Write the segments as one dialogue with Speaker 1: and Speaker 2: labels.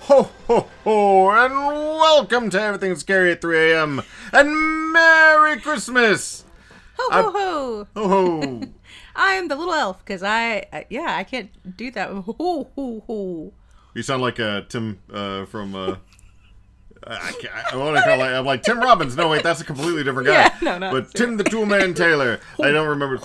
Speaker 1: Ho, ho, ho, and welcome to Everything Scary at 3 a.m. and Merry Christmas!
Speaker 2: Ho ho ho!
Speaker 1: Ho, ho.
Speaker 2: I am the little elf because I, I, yeah, I can't do that. Ho ho ho!
Speaker 1: you sound like uh, Tim uh, from. Uh, I, can't- I, I want to call like, I'm like Tim Robbins. No, wait, that's a completely different guy.
Speaker 2: Yeah, no, no,
Speaker 1: But
Speaker 2: it's
Speaker 1: Tim the Tool Man Taylor. I don't remember.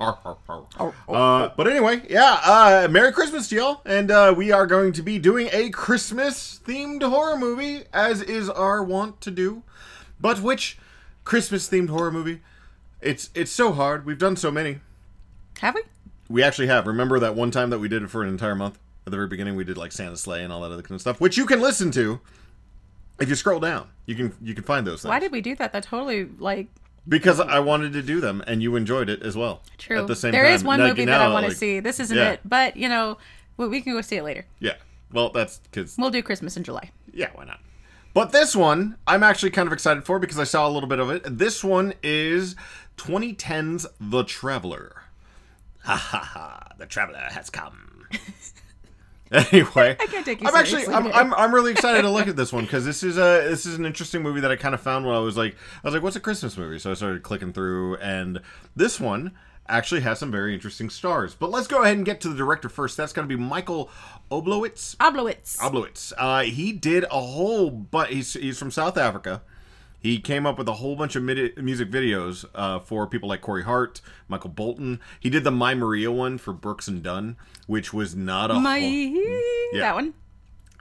Speaker 1: Uh, but anyway, yeah. Uh, Merry Christmas to y'all, and uh, we are going to be doing a Christmas-themed horror movie, as is our wont to do. But which Christmas-themed horror movie? It's it's so hard. We've done so many.
Speaker 2: Have we?
Speaker 1: We actually have. Remember that one time that we did it for an entire month? At the very beginning, we did like Santa Sleigh and all that other kind of stuff, which you can listen to if you scroll down. You can you can find those things.
Speaker 2: Why did we do that? That totally like
Speaker 1: because I wanted to do them, and you enjoyed it as well.
Speaker 2: true. There
Speaker 1: At
Speaker 2: is
Speaker 1: the same time,
Speaker 2: one
Speaker 1: Like,
Speaker 2: movie
Speaker 1: now,
Speaker 2: that I want to
Speaker 1: like-
Speaker 2: see. This isn't
Speaker 1: yeah.
Speaker 2: it, but you know, we, we can go see it later.
Speaker 1: Yeah. Well, that's because
Speaker 2: We'll do Christmas in July.
Speaker 1: yeah, why not? But this one, I'm actually kind of excited for because I saw a little bit of it. This one is 2010's The Traveler. Ha ha ha! The Traveler has come. anyway, I
Speaker 2: can't take you
Speaker 1: I'm actually,
Speaker 2: seriously
Speaker 1: I'm,
Speaker 2: today.
Speaker 1: I'm, I'm really excited to look at this one because this is a this is an interesting movie that I kind of found when I was like, I was like, what's a Christmas movie? So I started clicking through, and this one actually has some very interesting stars. But let's go ahead and get to the director first. That's going to be Michael Oblowitz.
Speaker 2: Oblowitz.
Speaker 1: Oblowitz. Uh, he did a whole but he's he's from South Africa. He came up with a whole bunch of midi- music videos uh, for people like Corey Hart, Michael Bolton. He did the My Maria one for Brooks and Dunn, which was not a
Speaker 2: My
Speaker 1: whole- oh, mm, Yeah.
Speaker 2: that one.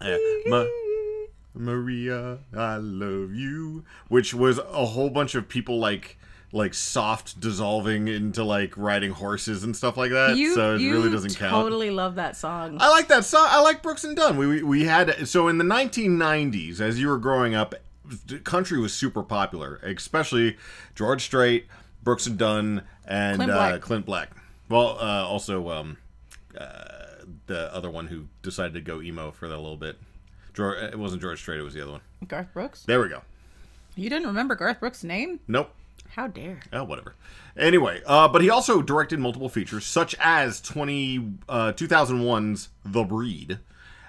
Speaker 1: Yeah, Ma- Maria, I love you, which was a whole bunch of people like like soft dissolving into like riding horses and stuff like that.
Speaker 2: You,
Speaker 1: so it
Speaker 2: you
Speaker 1: really doesn't count. Uh,
Speaker 2: Totally love that song.
Speaker 1: I like that song. I like Brooks and Dunn. We, we we had so in the 1990s, as you were growing up, the country was super popular, especially George Strait, Brooks and Dunn, and
Speaker 2: Clint
Speaker 1: uh,
Speaker 2: Black.
Speaker 1: Clint Black. Well, uh, also um, uh, the other one who decided to go emo for that little bit. George, it wasn't George Strait. It was the other one.
Speaker 2: Garth Brooks.
Speaker 1: There we go.
Speaker 2: You didn't remember Garth Brooks' name?
Speaker 1: Nope.
Speaker 2: How dare!
Speaker 1: Oh, whatever. Anyway, uh, but he also directed multiple features, such as 20, uh, 2001's The Breed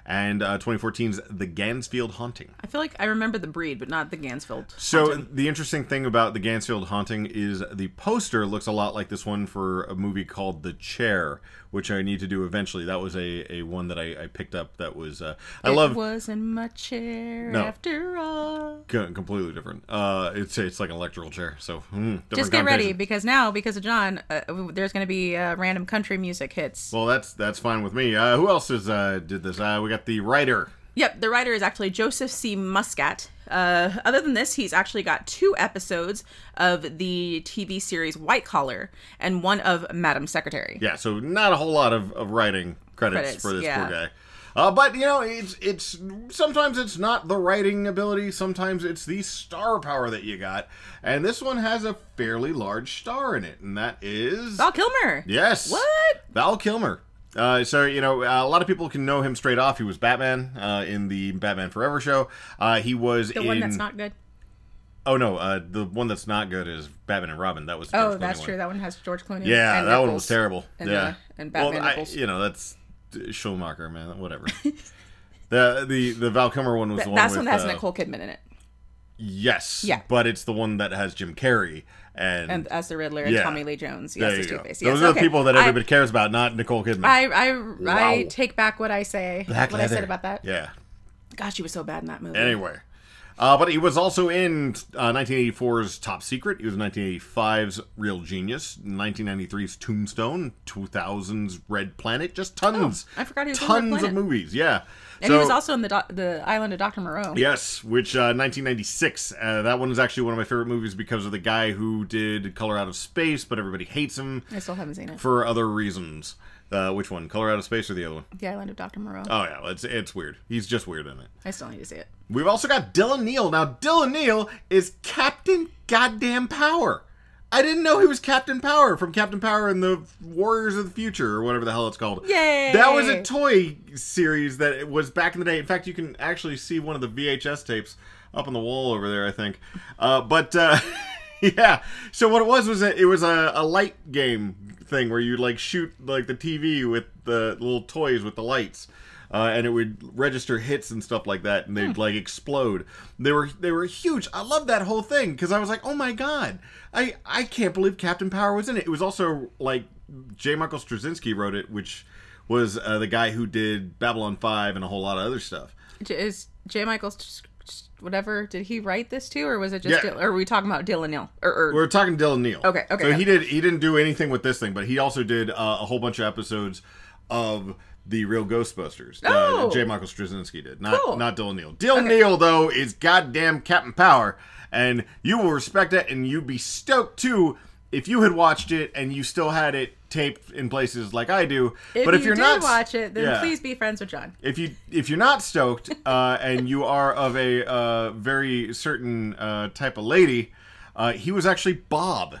Speaker 1: and uh, 2014's The Gansfield Haunting.
Speaker 2: I feel like I remember the breed, but not the Gansfield.
Speaker 1: So the interesting thing about The Gansfield Haunting is the poster looks a lot like this one for a movie called The Chair, which I need to do eventually. That was a, a one that I, I picked up that was... Uh, I love...
Speaker 2: It was in my chair
Speaker 1: No.
Speaker 2: after all.
Speaker 1: co- Completely different. Uh, it's it's like an electrical chair, so mm, different
Speaker 2: just get ready
Speaker 1: connotation.
Speaker 2: because now because of john uh, w- there's going to be uh, random country music hits
Speaker 1: Well, that's that's fine with me. Uh, who else is uh, did this? Uh, we got the writer
Speaker 2: yep the writer is actually joseph c muscat uh, other than this he's actually got two episodes of the tv series white collar and one of madam secretary
Speaker 1: Yeah, so not a whole lot of, of writing credits,
Speaker 2: Credits,
Speaker 1: for this
Speaker 2: yeah.
Speaker 1: poor guy. Uh, but you know, it's it's sometimes it's not the writing ability, sometimes it's the star power that you got, and this one has a fairly large star in it, and that is
Speaker 2: val kilmer
Speaker 1: yes,
Speaker 2: What?
Speaker 1: Val Kilmer. Uh, so you know, a lot of people can know him straight off. He was Batman uh, in the Batman Forever show. Uh, he was
Speaker 2: the
Speaker 1: in
Speaker 2: one that's not good
Speaker 1: oh no, uh, the one that's not good is Batman and Robin. That was the
Speaker 2: oh
Speaker 1: George Clooney
Speaker 2: that's
Speaker 1: one.
Speaker 2: true that one has george clooney
Speaker 1: Yeah,
Speaker 2: and
Speaker 1: that one
Speaker 2: Nichols.
Speaker 1: was terrible.
Speaker 2: And,
Speaker 1: yeah,
Speaker 2: uh, and Batman
Speaker 1: well, I-
Speaker 2: Nichols.
Speaker 1: you know, that's Schumacher, man. Whatever. the the the Val Kilmer one was the one.
Speaker 2: that's
Speaker 1: with,
Speaker 2: one that has
Speaker 1: uh,
Speaker 2: nicole kidman in it
Speaker 1: Yes.
Speaker 2: Yeah.
Speaker 1: But it's the one that has Jim Carrey and.
Speaker 2: and as the riddler and
Speaker 1: Yeah.
Speaker 2: tommy lee jones
Speaker 1: there
Speaker 2: yes,
Speaker 1: you
Speaker 2: it's
Speaker 1: go.
Speaker 2: Two-Face.
Speaker 1: Those
Speaker 2: Yes,
Speaker 1: are the
Speaker 2: okay.
Speaker 1: people that
Speaker 2: I-
Speaker 1: everybody cares about, not Nicole Kidman.
Speaker 2: I I, I
Speaker 1: Wow.
Speaker 2: take back what I say.
Speaker 1: Black
Speaker 2: what I said
Speaker 1: leather.
Speaker 2: about that.
Speaker 1: Yeah.
Speaker 2: God, she was so bad in that movie.
Speaker 1: Anyway. Uh, but he was also in uh, 1984's Top Secret. He was in 1985's Real Genius, 1993's Tombstone, 2000's Red Planet. Just tons.
Speaker 2: Oh, I forgot he was in Red
Speaker 1: tons of
Speaker 2: Planet.
Speaker 1: movies. Yeah.
Speaker 2: and he was also in the doc the Island of Doctor Moreau.
Speaker 1: Yes, which uh, 1996. Uh, that one is actually one of my favorite movies because of the guy who did Color Out of Space, but everybody hates him
Speaker 2: I still haven't seen it.
Speaker 1: for other reasons. Uh, which one, Color Out of Space or the other one?
Speaker 2: the Island of Doctor Moreau.
Speaker 1: Oh yeah, it's it's weird. He's just weird in it.
Speaker 2: I still need to see it.
Speaker 1: We've also got Dylan Neal. Now Dylan Neal is Captain Goddamn Power. I didn't know he was Captain Power from Captain Power and the Warriors of the Future or whatever the hell it's called.
Speaker 2: Yay!
Speaker 1: That was a toy series that it was back in the day. In fact, you can actually see one of the VHS tapes up on the wall over there, I think. Uh, but uh, yeah, so what it was was it, it was a, a light game thing where you like shoot like the TV with the little toys with the lights. uh, and it would register hits and stuff like that, and they'd like explode. They were they were huge. I love that whole thing because I was like, oh my god, I I can't believe Captain Power was in it. It was also like J. Michael Straczynski wrote it, which was uh, the guy who did Babylon Five and a whole lot of other stuff.
Speaker 2: J- Is J. Michael s- s- whatever? Did he write this too, or was it just?
Speaker 1: Yeah.
Speaker 2: Dil- or are we talking about Er, Dylan Neal? Or, or
Speaker 1: We're talking Dylan Neal.
Speaker 2: Okay, okay,
Speaker 1: So
Speaker 2: yeah.
Speaker 1: he did. He didn't do anything with this thing, but he also did uh, a whole bunch of episodes of the real Ghostbusters.
Speaker 2: Oh!
Speaker 1: Uh, J. Michael Straczynski did, not
Speaker 2: Cool.
Speaker 1: not Dylan Neal. Dylan Neal though is goddamn Captain Power, and you will respect that, and you'd be stoked too if you had watched it and you still had it taped in places like I do.
Speaker 2: if
Speaker 1: but if
Speaker 2: you
Speaker 1: you're
Speaker 2: did
Speaker 1: not
Speaker 2: watch it, then
Speaker 1: Yeah
Speaker 2: please be friends with John.
Speaker 1: if you if you're not stoked uh, and you are of a uh, very certain uh, type of lady, uh, he was actually Bob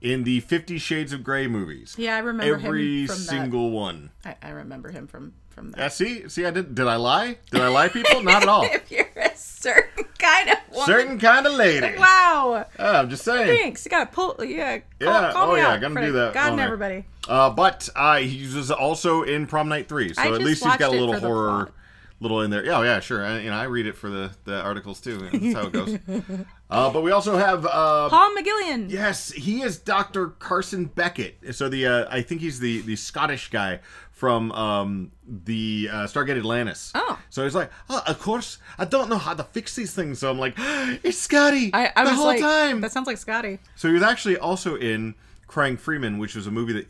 Speaker 1: in the Fifty Shades of Grey movies.
Speaker 2: Yeah, I remember him
Speaker 1: every
Speaker 2: from that.
Speaker 1: single one.
Speaker 2: I, I remember him from from that.
Speaker 1: Yeah, see, see, I did. Did I lie? Did I lie, people? Not at all.
Speaker 2: If you're a certain kind of woman,
Speaker 1: Certain kind of lady.
Speaker 2: wow.
Speaker 1: Oh, I'm just saying.
Speaker 2: Thanks. You gotta pull. Yeah. Call,
Speaker 1: Yeah,
Speaker 2: Call
Speaker 1: oh
Speaker 2: me
Speaker 1: yeah,
Speaker 2: out
Speaker 1: gonna
Speaker 2: for
Speaker 1: do
Speaker 2: the-
Speaker 1: that
Speaker 2: God and
Speaker 1: on there.
Speaker 2: everybody.
Speaker 1: Uh, but uh, he was also in Prom Night Three, so
Speaker 2: I
Speaker 1: at
Speaker 2: just
Speaker 1: least he's got
Speaker 2: watched
Speaker 1: a
Speaker 2: it
Speaker 1: little
Speaker 2: for the
Speaker 1: horror,
Speaker 2: plot.
Speaker 1: little in there. Yeah, oh, yeah, sure. I, you know, I read it for the, the articles too. and That's how it goes. uh, but we also have uh,
Speaker 2: Paul McGillian.
Speaker 1: Yes, he is Doctor Carson Beckett. So the uh, I think he's the the Scottish guy from um, the uh, Stargate Atlantis.
Speaker 2: Oh.
Speaker 1: so he's like, oh, of course, I don't know how to fix these things. So I'm like, it's Scotty
Speaker 2: I, I
Speaker 1: the
Speaker 2: was
Speaker 1: whole
Speaker 2: like,
Speaker 1: time.
Speaker 2: that sounds like Scotty.
Speaker 1: So he was actually also in Crying Freeman, which was a movie that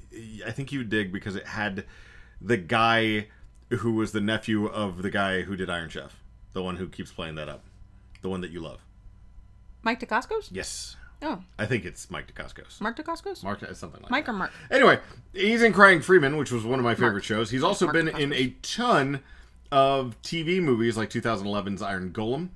Speaker 1: I think you would dig because it had the guy who was the nephew of the guy who did Iron Chef, the one who keeps playing that up, the one that you love.
Speaker 2: Mike DeCoscos?
Speaker 1: Yes,
Speaker 2: Oh,
Speaker 1: I think it's Mike DeCoscos.
Speaker 2: Mark DeCoscos?
Speaker 1: Mark, something like
Speaker 2: Mike
Speaker 1: that.
Speaker 2: or Mark?
Speaker 1: Anyway, he's in Crying Freeman, which was one of my favorite shows. He's also
Speaker 2: Mark
Speaker 1: been in a ton of TV movies like 2011's Iron Golem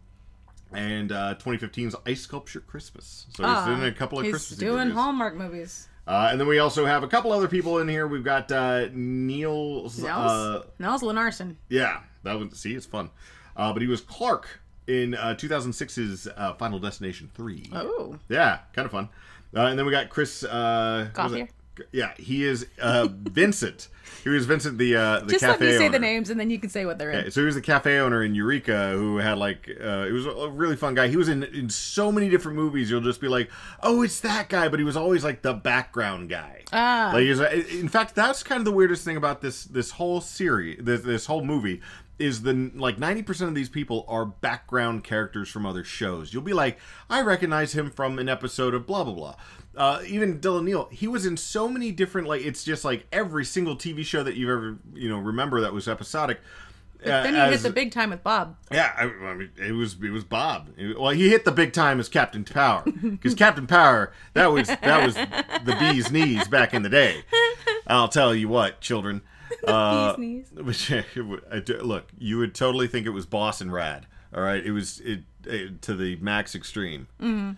Speaker 1: and uh, 2015's Ice Sculpture Christmas. So he's
Speaker 2: Ah,
Speaker 1: in a couple of
Speaker 2: He's
Speaker 1: Christmas
Speaker 2: doing
Speaker 1: movies.
Speaker 2: Hallmark movies.
Speaker 1: Uh, and then we also have a couple other people in here. We've got uh, Neil.
Speaker 2: Nels?
Speaker 1: Uh,
Speaker 2: Nels Lenarson.
Speaker 1: yeah, that one. See, it's fun. Uh, but he was Clark in uh, 2006's uh, Final Destination 3.
Speaker 2: Oh.
Speaker 1: Yeah, kind of fun. Uh, and then we got Chris. Uh, what was
Speaker 2: Gauthier?
Speaker 1: it? Yeah, he is uh, Vincent. He was Vincent, the uh, the
Speaker 2: Just
Speaker 1: cafe
Speaker 2: let me say
Speaker 1: owner.
Speaker 2: the names and then you can say what they're in.
Speaker 1: Yeah, so he was the cafe owner in Eureka who had like uh, it was a really fun guy. He was in in so many different movies. You'll just be like, oh, it's that guy, but he was always like the background guy.
Speaker 2: Ah.
Speaker 1: Like, he was, in fact, that's kind of the weirdest thing about this this whole series, this, this whole movie, is the like ninety percent of these people are background characters from other shows. You'll be like, I recognize him from an episode of blah blah blah. Uh, even Dylan Neal, he was in so many different like it's just like every single TV show that you've ever you know remember that was episodic. uh,
Speaker 2: Then he
Speaker 1: as-
Speaker 2: hit the big time with Bob.
Speaker 1: yeah, I, I mean, it was it was Bob. It- well, he hit the big time as Captain Power because Captain Power that was that was the bee's knees back in the day. I'll tell you what, children. Uh,
Speaker 2: knees.
Speaker 1: Which I do- look, you would totally think it was Boss and Rad. All right, it was it, it to the max extreme.
Speaker 2: Mm-hmm.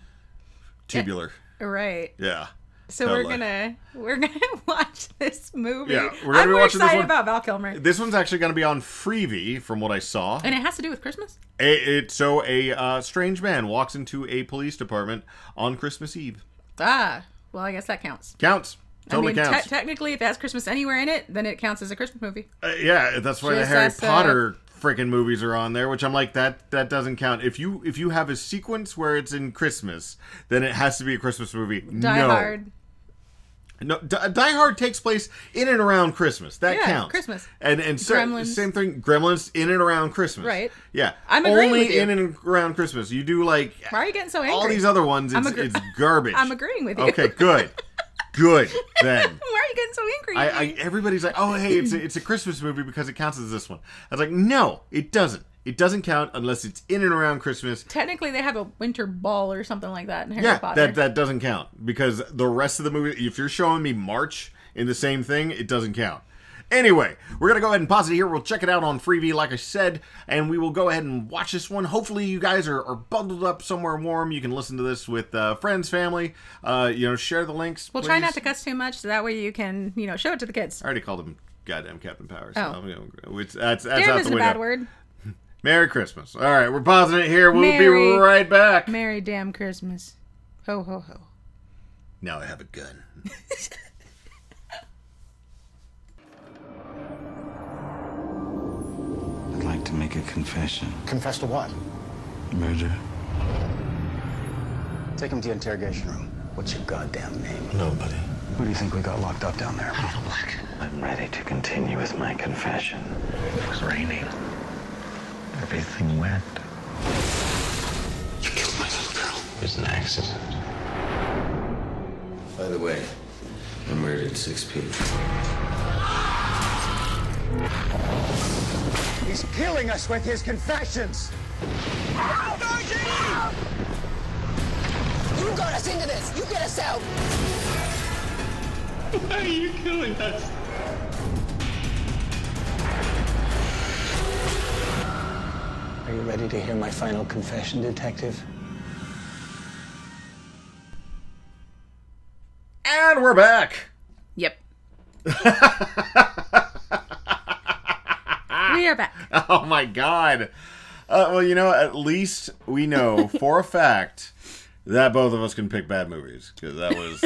Speaker 1: Tubular,
Speaker 2: Right.
Speaker 1: yeah.
Speaker 2: So
Speaker 1: Totally.
Speaker 2: we're gonna we're gonna watch this movie.
Speaker 1: Yeah, we're gonna
Speaker 2: I'm
Speaker 1: be
Speaker 2: more
Speaker 1: watching this
Speaker 2: excited
Speaker 1: one.
Speaker 2: about Val Kilmer.
Speaker 1: This one's actually going to be on Freebie, from what I saw.
Speaker 2: And it has to do with Christmas?
Speaker 1: It, it- so a uh, strange man walks into a police department on Christmas Eve.
Speaker 2: Ah. Well, I guess that counts.
Speaker 1: Counts. Totally
Speaker 2: I mean, te-
Speaker 1: counts.
Speaker 2: technically, if it has Christmas anywhere in it, then it counts as a Christmas movie.
Speaker 1: Uh, yeah, that's why the
Speaker 2: Just
Speaker 1: Harry
Speaker 2: us, uh,
Speaker 1: Potter freaking movies are on there, which I'm like that that doesn't count. If you if you have a sequence where it's in Christmas, then it has to be a Christmas movie.
Speaker 2: Die
Speaker 1: no.
Speaker 2: Hard.
Speaker 1: No, D- Die Hard takes place in and around Christmas. That
Speaker 2: Yeah,
Speaker 1: counts.
Speaker 2: Christmas.
Speaker 1: And and so,
Speaker 2: Gremlins.
Speaker 1: same thing. Gremlins in and around Christmas.
Speaker 2: Right.
Speaker 1: Yeah.
Speaker 2: I'm
Speaker 1: only
Speaker 2: agreeing with you.
Speaker 1: in and around Christmas. You do like
Speaker 2: Why are you getting so angry?
Speaker 1: all these other ones. It's,
Speaker 2: I'm agree-
Speaker 1: it's garbage.
Speaker 2: I'm agreeing with you.
Speaker 1: Okay, good, good then.
Speaker 2: Why are you getting so angry?
Speaker 1: I, I everybody's like, oh hey, it's a, it's a Christmas movie because it counts as this one. I was like, no, it doesn't. It doesn't count unless it's in and around Christmas.
Speaker 2: Technically, they have a winter ball or something like that in Harry
Speaker 1: Yeah,
Speaker 2: Potter.
Speaker 1: that that doesn't count because the rest of the movie. If you're showing me March in the same thing, it doesn't count. Anyway, we're gonna go ahead and pause it here. We'll check it out on Freebie, like I said, and we will go ahead and watch this one. Hopefully, you guys are, are bundled up somewhere warm. You can listen to this with uh, friends, family. Uh, you know, share the links.
Speaker 2: we'll try not
Speaker 1: please.
Speaker 2: to cuss too much, so that way you can, you know, show it to the kids.
Speaker 1: I already called him goddamn Captain Powers.
Speaker 2: Oh.
Speaker 1: I'm gonna- which- that's, that's
Speaker 2: Damn
Speaker 1: out
Speaker 2: isn't
Speaker 1: the
Speaker 2: a
Speaker 1: window.
Speaker 2: bad word.
Speaker 1: Merry Christmas. All right, we're pausing it here. We'll
Speaker 2: Merry-
Speaker 1: be right back.
Speaker 2: Merry damn Christmas. Ho, ho, ho.
Speaker 1: now I have a gun.
Speaker 3: make a confession.
Speaker 4: Confess to what?
Speaker 3: Murder.
Speaker 4: Take him to the interrogation room. What's your goddamn name?
Speaker 3: Nobody.
Speaker 4: Who do you think we got locked up down there?
Speaker 3: I'm ready to continue with my confession. It was raining. Everything wet.
Speaker 4: You killed my little girl.
Speaker 3: It was an accident. By the way, I murdered six people.
Speaker 4: He's killing us with his confessions.
Speaker 5: You got us into this. You get us out.
Speaker 6: Why are you killing us?
Speaker 4: Are you ready to hear my final confession, detective?
Speaker 1: And we're back.
Speaker 2: Yep. we are back.
Speaker 1: Oh my god. Uh, well, you know, at least we know for a fact that both of us can pick bad movies because that was,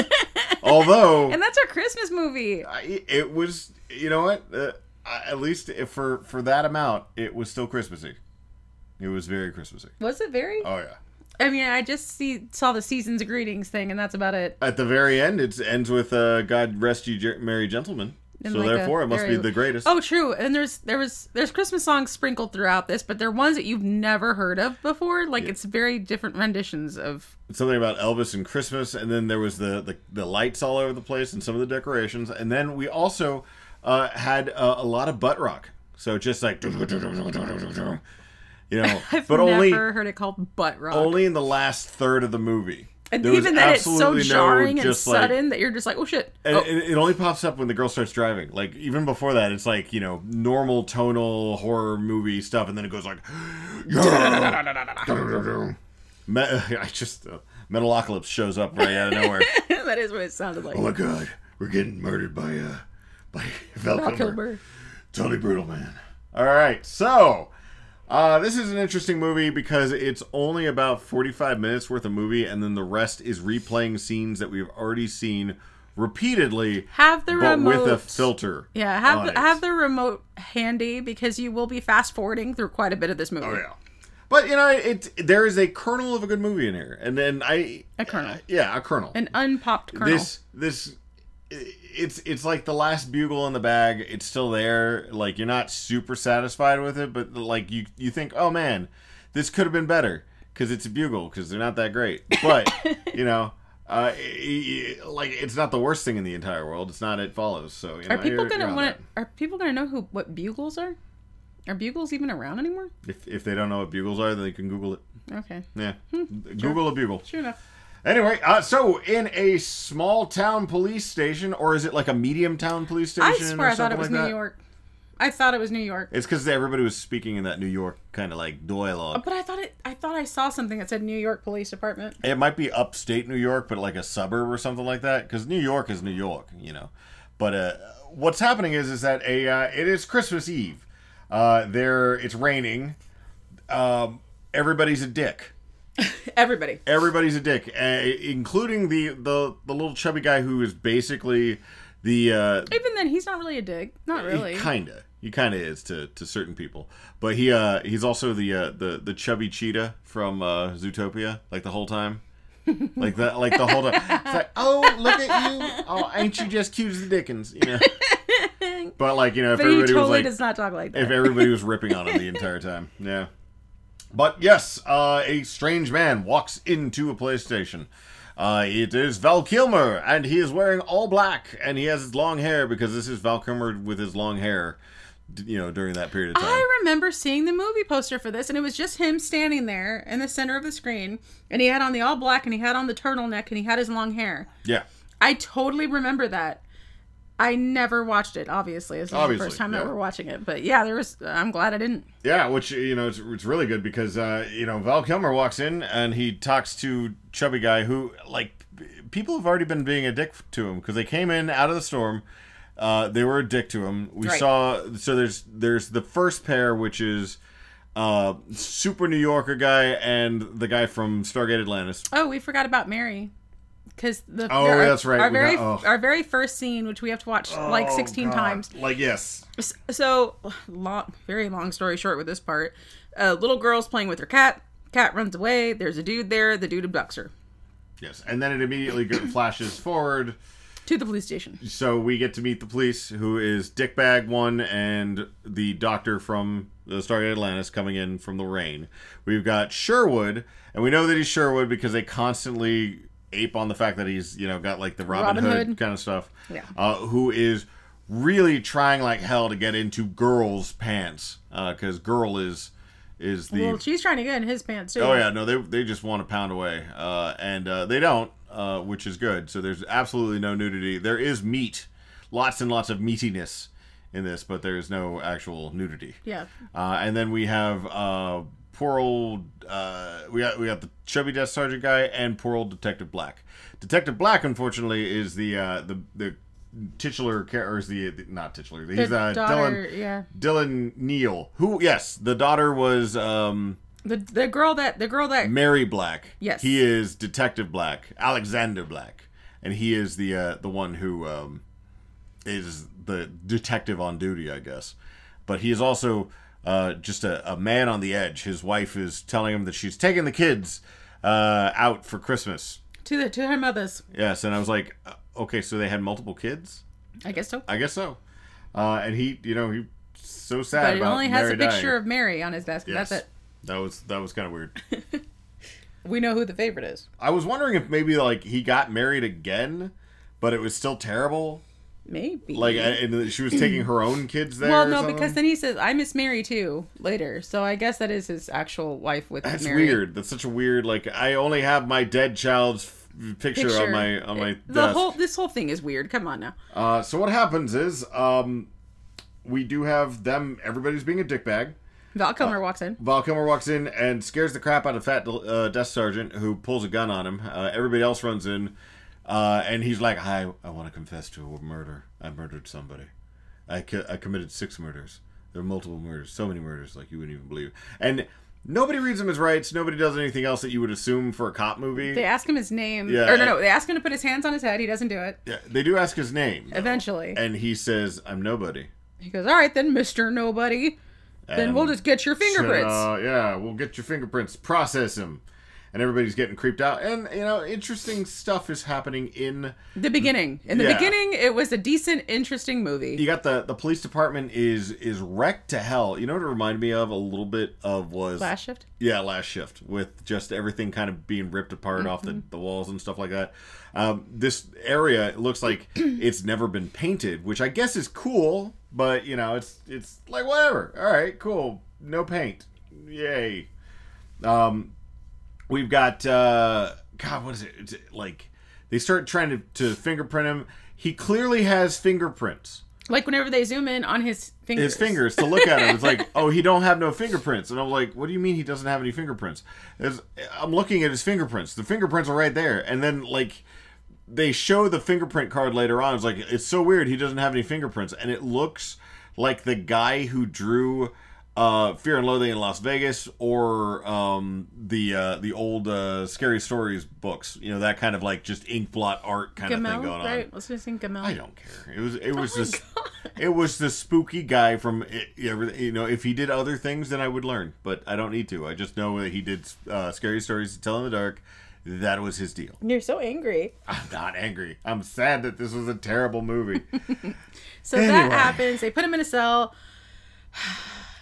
Speaker 1: although
Speaker 2: And that's our Christmas movie.
Speaker 1: I, it was, you know what? Uh, I- at least if for for that amount, it was still Christmassy. It was very Christmassy.
Speaker 2: Was it very?
Speaker 1: Oh yeah.
Speaker 2: I mean, I just see saw the season's greetings thing, and that's about it.
Speaker 1: At the very end, it ends with uh, "God rest you, Jer- merry gentlemen."
Speaker 2: And
Speaker 1: so
Speaker 2: like a
Speaker 1: therefore, it must be
Speaker 2: very-
Speaker 1: the greatest.
Speaker 2: Oh, true. And there's there was there's Christmas songs sprinkled throughout this, but they're ones that you've never heard of before. Like it's very different renditions of.
Speaker 1: something about Elvis and Christmas, and then there was the, the the lights all over the place and some of the decorations, and then we also uh, had uh, a lot of butt rock. So just like you know,
Speaker 2: I've
Speaker 1: but
Speaker 2: never
Speaker 1: only
Speaker 2: heard it called butt rock.
Speaker 1: only in the last third of the movie.
Speaker 2: and
Speaker 1: There was
Speaker 2: even then, it's so
Speaker 1: absolutely no
Speaker 2: jarring and
Speaker 1: just, like-
Speaker 2: sudden that you're just like, oh shit.
Speaker 1: and
Speaker 2: Oh,
Speaker 1: it, it only pops up when the girl starts driving. Like even before that, it's like you know normal tonal horror movie stuff, and then it goes like, Me- I just uh, Metalocalypse shows up right out of nowhere.
Speaker 2: that is what it sounded like.
Speaker 1: Oh my god, we're getting murdered by uh by Val
Speaker 2: Rock
Speaker 1: Kilmer.
Speaker 2: Hilbert.
Speaker 1: Totally brutal, man. All right, so uh, this is an interesting movie because it's only about 45 minutes worth of movie, and then the rest is replaying scenes that we've already seen repeatedly,
Speaker 2: Have the
Speaker 1: but
Speaker 2: remote.
Speaker 1: with a filter.
Speaker 2: Yeah, have
Speaker 1: on it.
Speaker 2: the, have the remote handy because you will be fast forwarding through quite a bit of this movie.
Speaker 1: Oh yeah. But you know, it there is a kernel of a good movie in here, and then I
Speaker 2: A kernel.
Speaker 1: yeah, a kernel,
Speaker 2: An unpopped kernel.
Speaker 1: This this it's it's like the last bugle in the bag. It's still there. Like you're not super satisfied with it, but like you you think, oh man, this could have been better because it's a bugle because they're not that great. But you know. Uh, i- i- like it's not the worst thing in the entire world. It's not. It follows. So you know,
Speaker 2: are people
Speaker 1: you're- you're
Speaker 2: gonna
Speaker 1: on
Speaker 2: want? Are people gonna know who what bugles are? Are bugles even around anymore?
Speaker 1: that. If if they don't know what bugles are, then they can Google it.
Speaker 2: Okay,
Speaker 1: Yeah, Google a bugle.
Speaker 2: Hmm. sure enough.
Speaker 1: Anyway, uh, so in a small town police station, or is it like a medium town police station?
Speaker 2: I swear
Speaker 1: or
Speaker 2: I thought it
Speaker 1: something
Speaker 2: was
Speaker 1: like
Speaker 2: New
Speaker 1: that?
Speaker 2: York. I thought it was New York,
Speaker 1: It's because everybody was speaking in that New York kind of like dialogue.
Speaker 2: but I thought it. I thought I saw something that said New York Police Department.
Speaker 1: It might be upstate New York, but like a suburb or something like that. Because New York is New York, you know. But uh, what's happening is is that a uh, it is Christmas Eve. Uh, there, it's raining. Um, everybody's a dick.
Speaker 2: Everybody.
Speaker 1: everybody's a dick, uh, including the, the the little chubby guy who is basically the uh,
Speaker 2: Even then, he's not really a dick. Not really.
Speaker 1: He kinda. He kinda is to, to certain people. But he uh he's also the uh the, the chubby cheetah from uh Zootopia, like the whole time. Like that like the whole time. It's like, oh look at you. Oh, ain't you just cute as the Dickens, you know. But like, you know, if
Speaker 2: But he
Speaker 1: everybody
Speaker 2: totally
Speaker 1: was like
Speaker 2: does not talk like
Speaker 1: if
Speaker 2: that.
Speaker 1: everybody was ripping on him the entire time. Yeah. But yes, uh, a strange man walks into a PlayStation. Uh, it is Val Kilmer, and he is wearing all black, and he has his long hair because this is Val Kilmer with his long hair, d- you know, during that period of time.
Speaker 2: I remember seeing the movie poster for this, and it was just him standing there in the center of the screen, and he had on the all black, and he had on the turtleneck, and he had his long hair.
Speaker 1: yeah.
Speaker 2: I totally remember that. I never watched it, obviously. It's not the
Speaker 1: Obviously,
Speaker 2: first time
Speaker 1: yeah.
Speaker 2: that we're watching it. But yeah, there was. I'm glad I didn't.
Speaker 1: Yeah, which you know it's, it's really good because uh, you know Val Kilmer walks in and he talks to chubby guy who like p- people have already been being a dick to him because they came in out of the storm. Uh, they were a dick to him. We
Speaker 2: Right.
Speaker 1: saw so there's there's the first pair which is uh, super New Yorker guy and the guy from Stargate Atlantis.
Speaker 2: Oh, we forgot about Mary. because the
Speaker 1: Oh,
Speaker 2: our-
Speaker 1: that's right,
Speaker 2: Our
Speaker 1: we
Speaker 2: very
Speaker 1: got- oh.
Speaker 2: our very first scene, which we have to watch like
Speaker 1: Oh,
Speaker 2: sixteen
Speaker 1: God.
Speaker 2: times.
Speaker 1: Like yes.
Speaker 7: S- So, long, very long story short with this part. Uh, little girl's playing with her cat. Cat runs away. There's a dude there. The dude abducts her
Speaker 1: Yes. And then it immediately go- flashes forward.
Speaker 2: to the police station.
Speaker 1: So we get to meet the police, who is Dickbag One and the doctor from the Stargate Atlantis coming in from the rain. We've got Sherwood, and we know that he's Sherwood because they constantly ape on the fact that he's, you know, got like the Robin,
Speaker 2: Robin
Speaker 1: Hood,
Speaker 2: Hood.
Speaker 1: kind of stuff.
Speaker 2: Yeah.
Speaker 1: Uh, who is really trying like hell to get into girls' pants because girl is is the
Speaker 2: Well, she's trying to get in his pants too.
Speaker 1: Oh yeah, no, they they just want to pound away, uh, and uh, they don't, uh, which is good. So there's absolutely no nudity. There is meat, lots and lots of meatiness in this, but there is no actual nudity.
Speaker 2: Yeah.
Speaker 1: Uh, and then we have uh, poor old uh, we got we got the chubby death sergeant guy and poor old Detective Black. Detective Black, unfortunately, is the uh, the the titular char- or is the, the- not titular. He's
Speaker 2: The
Speaker 1: uh,
Speaker 2: daughter,
Speaker 1: Dylan
Speaker 2: yeah.
Speaker 1: Dylan Neal, who yes, the daughter was. Um,
Speaker 2: The the girl that the girl that
Speaker 1: Mary Black.
Speaker 2: Yes.
Speaker 1: He is Detective Black, Alexander Black, and he is the uh, the one who um, is the detective on duty, I guess. But he is also uh, just a, a man on the edge. His wife is telling him that she's taking the kids uh, out for Christmas.
Speaker 2: to the to her mother's.
Speaker 1: Yes, and I was like, uh, okay, so they had multiple kids.
Speaker 2: I guess so.
Speaker 1: I guess so. Uh, and he, you know, he so sad
Speaker 2: But it
Speaker 1: about
Speaker 2: only has
Speaker 1: Mary
Speaker 2: a picture
Speaker 1: dying.
Speaker 2: of Mary on his desk. and
Speaker 1: Yes.
Speaker 2: That's it.
Speaker 1: That was that was kind of weird.
Speaker 2: We know who the favorite is.
Speaker 1: I was wondering if maybe like he got married again, but it was still terrible.
Speaker 2: Maybe.
Speaker 1: Like, and she was taking her own kids there.
Speaker 2: well,
Speaker 1: or
Speaker 2: no,
Speaker 1: something.
Speaker 2: because then he says, "I miss Mary too." Later, so I guess that is his actual wife with
Speaker 1: that's
Speaker 2: Mary.
Speaker 1: weird. That's such a weird. Like, I only have my dead child's f- picture, on my on my
Speaker 2: the
Speaker 1: desk.
Speaker 2: whole this whole thing is weird. Come on now.
Speaker 1: Uh, so what happens is, um, we do have them. Everybody's being a dickbag.
Speaker 2: Val Kilmer walks in.
Speaker 1: Val Kilmer walks in and scares the crap out of Fat uh, Death Sergeant, who pulls a gun on him. Uh, everybody else runs in, uh, and he's like, "I I want to confess to a murder. I murdered somebody. I co- I committed six murders. There were multiple murders, so many murders, like you wouldn't even believe." And nobody reads him his rights. Nobody does anything else that you would assume for a cop movie.
Speaker 2: They ask him his name.
Speaker 1: Yeah,
Speaker 2: or no, no,
Speaker 1: and-
Speaker 2: they ask him to put his hands on his head. He doesn't do it.
Speaker 1: Yeah, they do ask his name though.
Speaker 2: Eventually.
Speaker 1: and he says, "I'm nobody."
Speaker 2: He goes, "All right, then, Mister Nobody. Then
Speaker 1: And
Speaker 2: we'll just get your fingerprints."
Speaker 1: Uh, yeah, we'll get your fingerprints, process them. And everybody's getting creeped out. And, you know, interesting stuff is happening in.
Speaker 2: the beginning. In the
Speaker 1: yeah.
Speaker 2: beginning, it was a decent, interesting movie.
Speaker 1: You got the the police department is is wrecked to hell. You know what it reminded me of a little bit of was
Speaker 2: Last shift.
Speaker 1: Yeah, last shift with just everything kind of being ripped apart off the, the walls and stuff like that. Um, this area it looks like it's never been painted, which I guess is cool, but you know, it's it's like whatever. All right, cool. No paint. Yay. Um, we've got uh, God, what is it? It's like they start trying to, to fingerprint him. He clearly has fingerprints
Speaker 2: Like whenever they zoom in on his fingers.
Speaker 1: his fingers to look at him. It's like, oh, he don't have no fingerprints, and I'm like, what do you mean he doesn't have any fingerprints? It's- I'm looking at his fingerprints. The fingerprints are right there, and then like they show the fingerprint card later on. It's like it's so weird he doesn't have any fingerprints, and it looks like the guy who drew uh, Fear and Loathing in Las Vegas or um, the uh, the old uh, Scary Stories books. You know that kind of like just ink blot art kind of
Speaker 2: Gamel,
Speaker 1: thing going on.
Speaker 2: right? Let's just think Gamel.
Speaker 1: I don't care. It was it was this it was the spooky guy from it, everything. You know, if he did other things, then I would learn, but I don't need to. I just know that he did uh, scary stories to tell in the dark. That was his deal.
Speaker 2: You're so angry.
Speaker 1: I'm not angry. I'm sad that this was a terrible movie.
Speaker 2: So that
Speaker 1: Anyway.
Speaker 2: happens. They put him in a cell.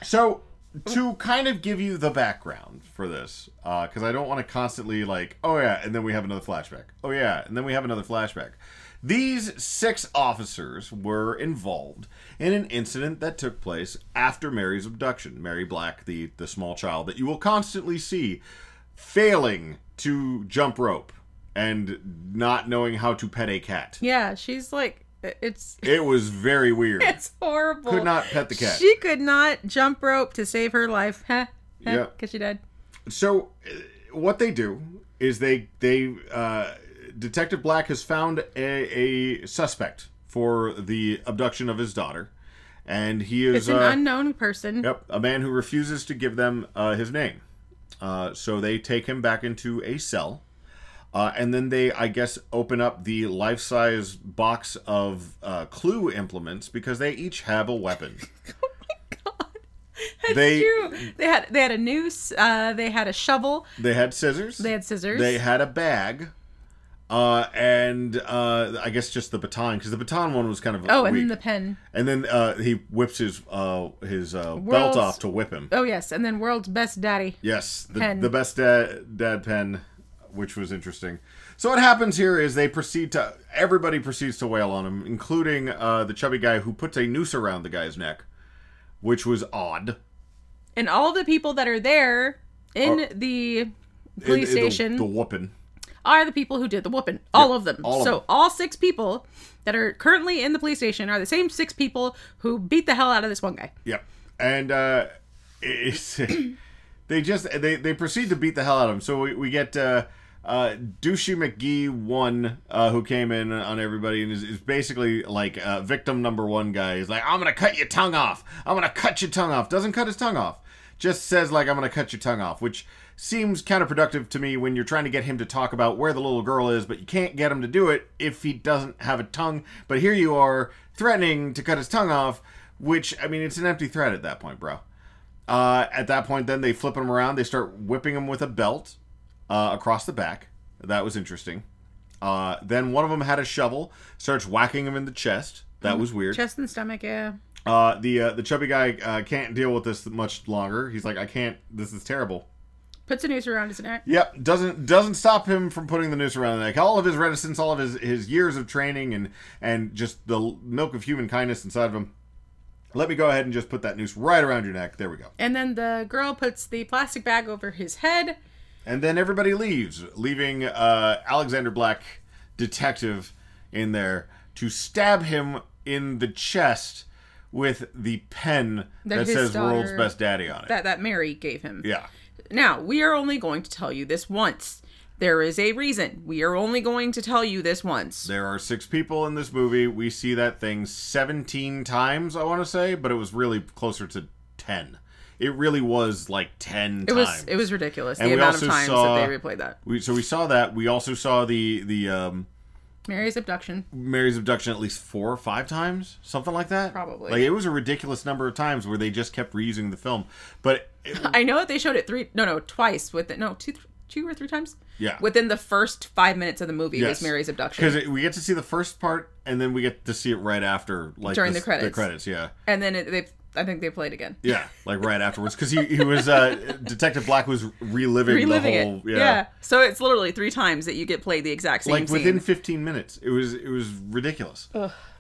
Speaker 1: so to kind of give you the background for this, because I don't want to constantly like, oh yeah, and then we have another flashback. Oh yeah, and then we have another flashback. These six officers were involved in an incident that took place after Mary's abduction. Mary Black, the the small child that you will constantly see failing to jump rope and not knowing how to pet a cat.
Speaker 2: Yeah, she's like, it's
Speaker 1: It was very weird.
Speaker 2: it's horrible.
Speaker 1: Could not pet the cat.
Speaker 2: She could not jump rope to save her life.
Speaker 1: Yeah.
Speaker 2: yeah, because she died.
Speaker 1: so uh, what they do is they they uh, detective black has found a, a suspect for the abduction of his daughter and he is
Speaker 2: It's an
Speaker 1: uh,
Speaker 2: unknown person.
Speaker 1: Yep, a man who refuses to give them uh, his name. Uh, so they take him back into a cell. Uh, and then they, I guess, open up the life size box of uh, clue implements because they each have a weapon.
Speaker 2: Oh That's
Speaker 1: They-
Speaker 2: true. They had they had a noose. Uh, they had a shovel.
Speaker 1: They had scissors.
Speaker 2: They had scissors.
Speaker 1: They had a bag. Uh, and uh, I guess just the baton because the baton one was kind of
Speaker 2: oh, and
Speaker 1: weak.
Speaker 2: then the pen.
Speaker 1: And then uh, he whips his uh, his uh, belt
Speaker 2: World's-
Speaker 1: off to whip him.
Speaker 2: Oh yes, and then world's best daddy.
Speaker 1: Yes, the,
Speaker 2: Pen.
Speaker 1: the best dad, dad pen, which was interesting. So what happens here is they proceed to everybody proceeds to wail on him, including uh, the chubby guy who puts a noose around the guy's neck, which was odd.
Speaker 2: And all the people that are there in
Speaker 1: Are-
Speaker 2: the
Speaker 1: In-
Speaker 2: police
Speaker 1: in the-
Speaker 2: station
Speaker 1: the, whooping.
Speaker 2: are the people who did the whooping. All of them.
Speaker 1: all of
Speaker 2: so
Speaker 1: them.
Speaker 2: all six people that are currently in the police station are the same six people who beat the hell out of this one guy.
Speaker 1: Yep. And uh, it's, they just they, they proceed to beat the hell out of him. So we, we get uh, uh, douchey McGee one uh, who came in on everybody and is, is basically like uh, victim number one guy. He's like, I'm gonna cut your tongue off. I'm gonna cut your tongue off. Doesn't cut his tongue off. Just says like I'm gonna cut your tongue off, which seems counterproductive to me when you're trying to get him to talk about where the little girl is, but you can't get him to do it if he doesn't have a tongue. But here you are threatening to cut his tongue off, which I mean, it's an empty threat at that point, bro. Uh, at that point, then they flip him around. They start whipping him with a belt uh, across the back. That was interesting. Uh, then one of them had a shovel, starts whacking him in the chest. That was weird.
Speaker 2: Chest and stomach, yeah.
Speaker 1: Uh, the uh, the chubby guy uh, can't deal with this much longer. He's like, I can't. This is terrible.
Speaker 2: Puts a noose around his neck.
Speaker 1: Yep, doesn't doesn't stop him from putting the noose around the neck. All of his reticence, all of his, his years of training, and and just the l- milk of human kindness inside of him. Let me go ahead and just put that noose right around your neck. There we go.
Speaker 2: And then the girl puts the plastic bag over his head.
Speaker 1: And then everybody leaves, leaving uh, Alexander Black, detective, in there to stab him in the chest with the pen that,
Speaker 2: That his
Speaker 1: says
Speaker 2: daughter-
Speaker 1: "World's Best Daddy" on it.
Speaker 2: That that Mary gave him.
Speaker 1: yeah.
Speaker 2: Now, we are only going to tell you this once. There is a reason. We are only going to tell you this once.
Speaker 1: There are six people in this movie. We see that thing 17 times, I want to say, but it was really closer to 10. It really was like 10
Speaker 2: It
Speaker 1: times.
Speaker 2: was it was ridiculous
Speaker 1: And
Speaker 2: the
Speaker 1: we
Speaker 2: amount of
Speaker 1: also
Speaker 2: times
Speaker 1: saw-
Speaker 2: that they replayed that.
Speaker 1: We, so we saw that. We also saw the the um,
Speaker 2: Mary's abduction.
Speaker 1: Mary's abduction at least four or five times, something like that.
Speaker 2: Probably.
Speaker 1: Like it was a ridiculous number of times where they just kept reusing the film. But it,
Speaker 2: I know that they showed it three no no twice with it no two two or three times.
Speaker 1: Yeah.
Speaker 2: Within the first five minutes of the movie
Speaker 1: yes,
Speaker 2: was Mary's abduction,
Speaker 1: because we get to see the first part and then we get to see it right after, like
Speaker 2: During the
Speaker 1: The
Speaker 2: credits.
Speaker 1: credits, yeah.
Speaker 2: and then it, they I think they played again.
Speaker 1: Yeah, like right afterwards, because he, he was uh, Detective Black was reliving,
Speaker 2: Reliving
Speaker 1: the whole
Speaker 2: it, yeah. So it's literally three times that you get played the exact same
Speaker 1: like
Speaker 2: scene.
Speaker 1: within 15 minutes. It was it was ridiculous.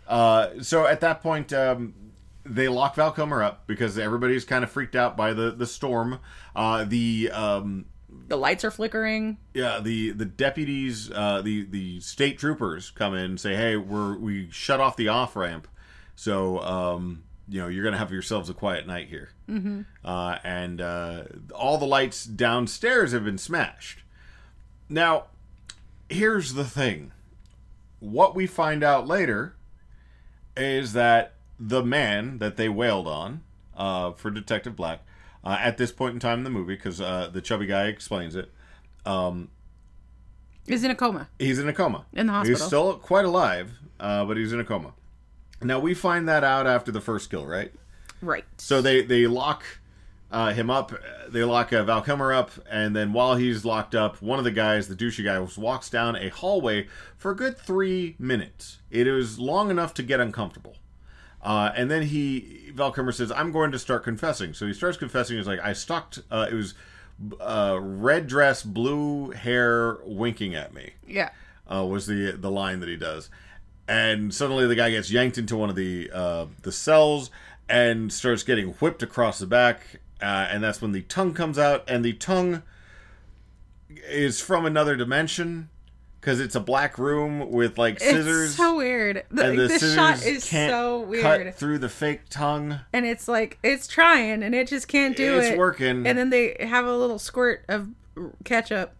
Speaker 1: Uh, so at that point, um, they lock Valcomer up because everybody's kind of freaked out by the the storm. Uh, the um,
Speaker 2: the lights are flickering.
Speaker 1: yeah, the the deputies, uh, the the state troopers come in and say, "Hey, we're we shut off the off ramp, so um, you know you're gonna have yourselves a quiet night here." Mm-hmm. Uh, and uh, all the lights downstairs have been smashed. Now, here's the thing: what we find out later is that the man that they wailed on uh, for Detective Black uh, at this point in time in the movie, because uh, the chubby guy explains it
Speaker 2: Is in a coma.
Speaker 1: he's in a coma
Speaker 2: In the hospital.
Speaker 1: He's still quite alive, uh, but he's in a coma. Now we find that out after the first kill, right?
Speaker 2: Right.
Speaker 1: So they they lock uh, him up. uh, They lock uh, Valcomer up, and then while he's locked up, one of the guys, the douchey guy, walks down a hallway for a good three minutes. It is long enough to get uncomfortable. Uh, and then he, Valcomer says, "I'm going to start confessing." So he starts confessing. He's like, "I stalked." Uh, it was uh, red dress, blue hair, winking at me
Speaker 2: Yeah.
Speaker 1: uh, was the the line that he does, and suddenly the guy gets yanked into one of the uh, the cells and starts getting whipped across the back, uh, and that's when the tongue comes out, and the tongue is from another dimension because it's a black room with like scissors.
Speaker 2: It's so weird. The,
Speaker 1: And the
Speaker 2: this
Speaker 1: scissors
Speaker 2: shot is
Speaker 1: can't
Speaker 2: so weird.
Speaker 1: cut through the fake tongue.
Speaker 2: and it's like it's trying and it just can't do
Speaker 1: It's
Speaker 2: it.
Speaker 1: working.
Speaker 2: And then they have a little squirt of ketchup.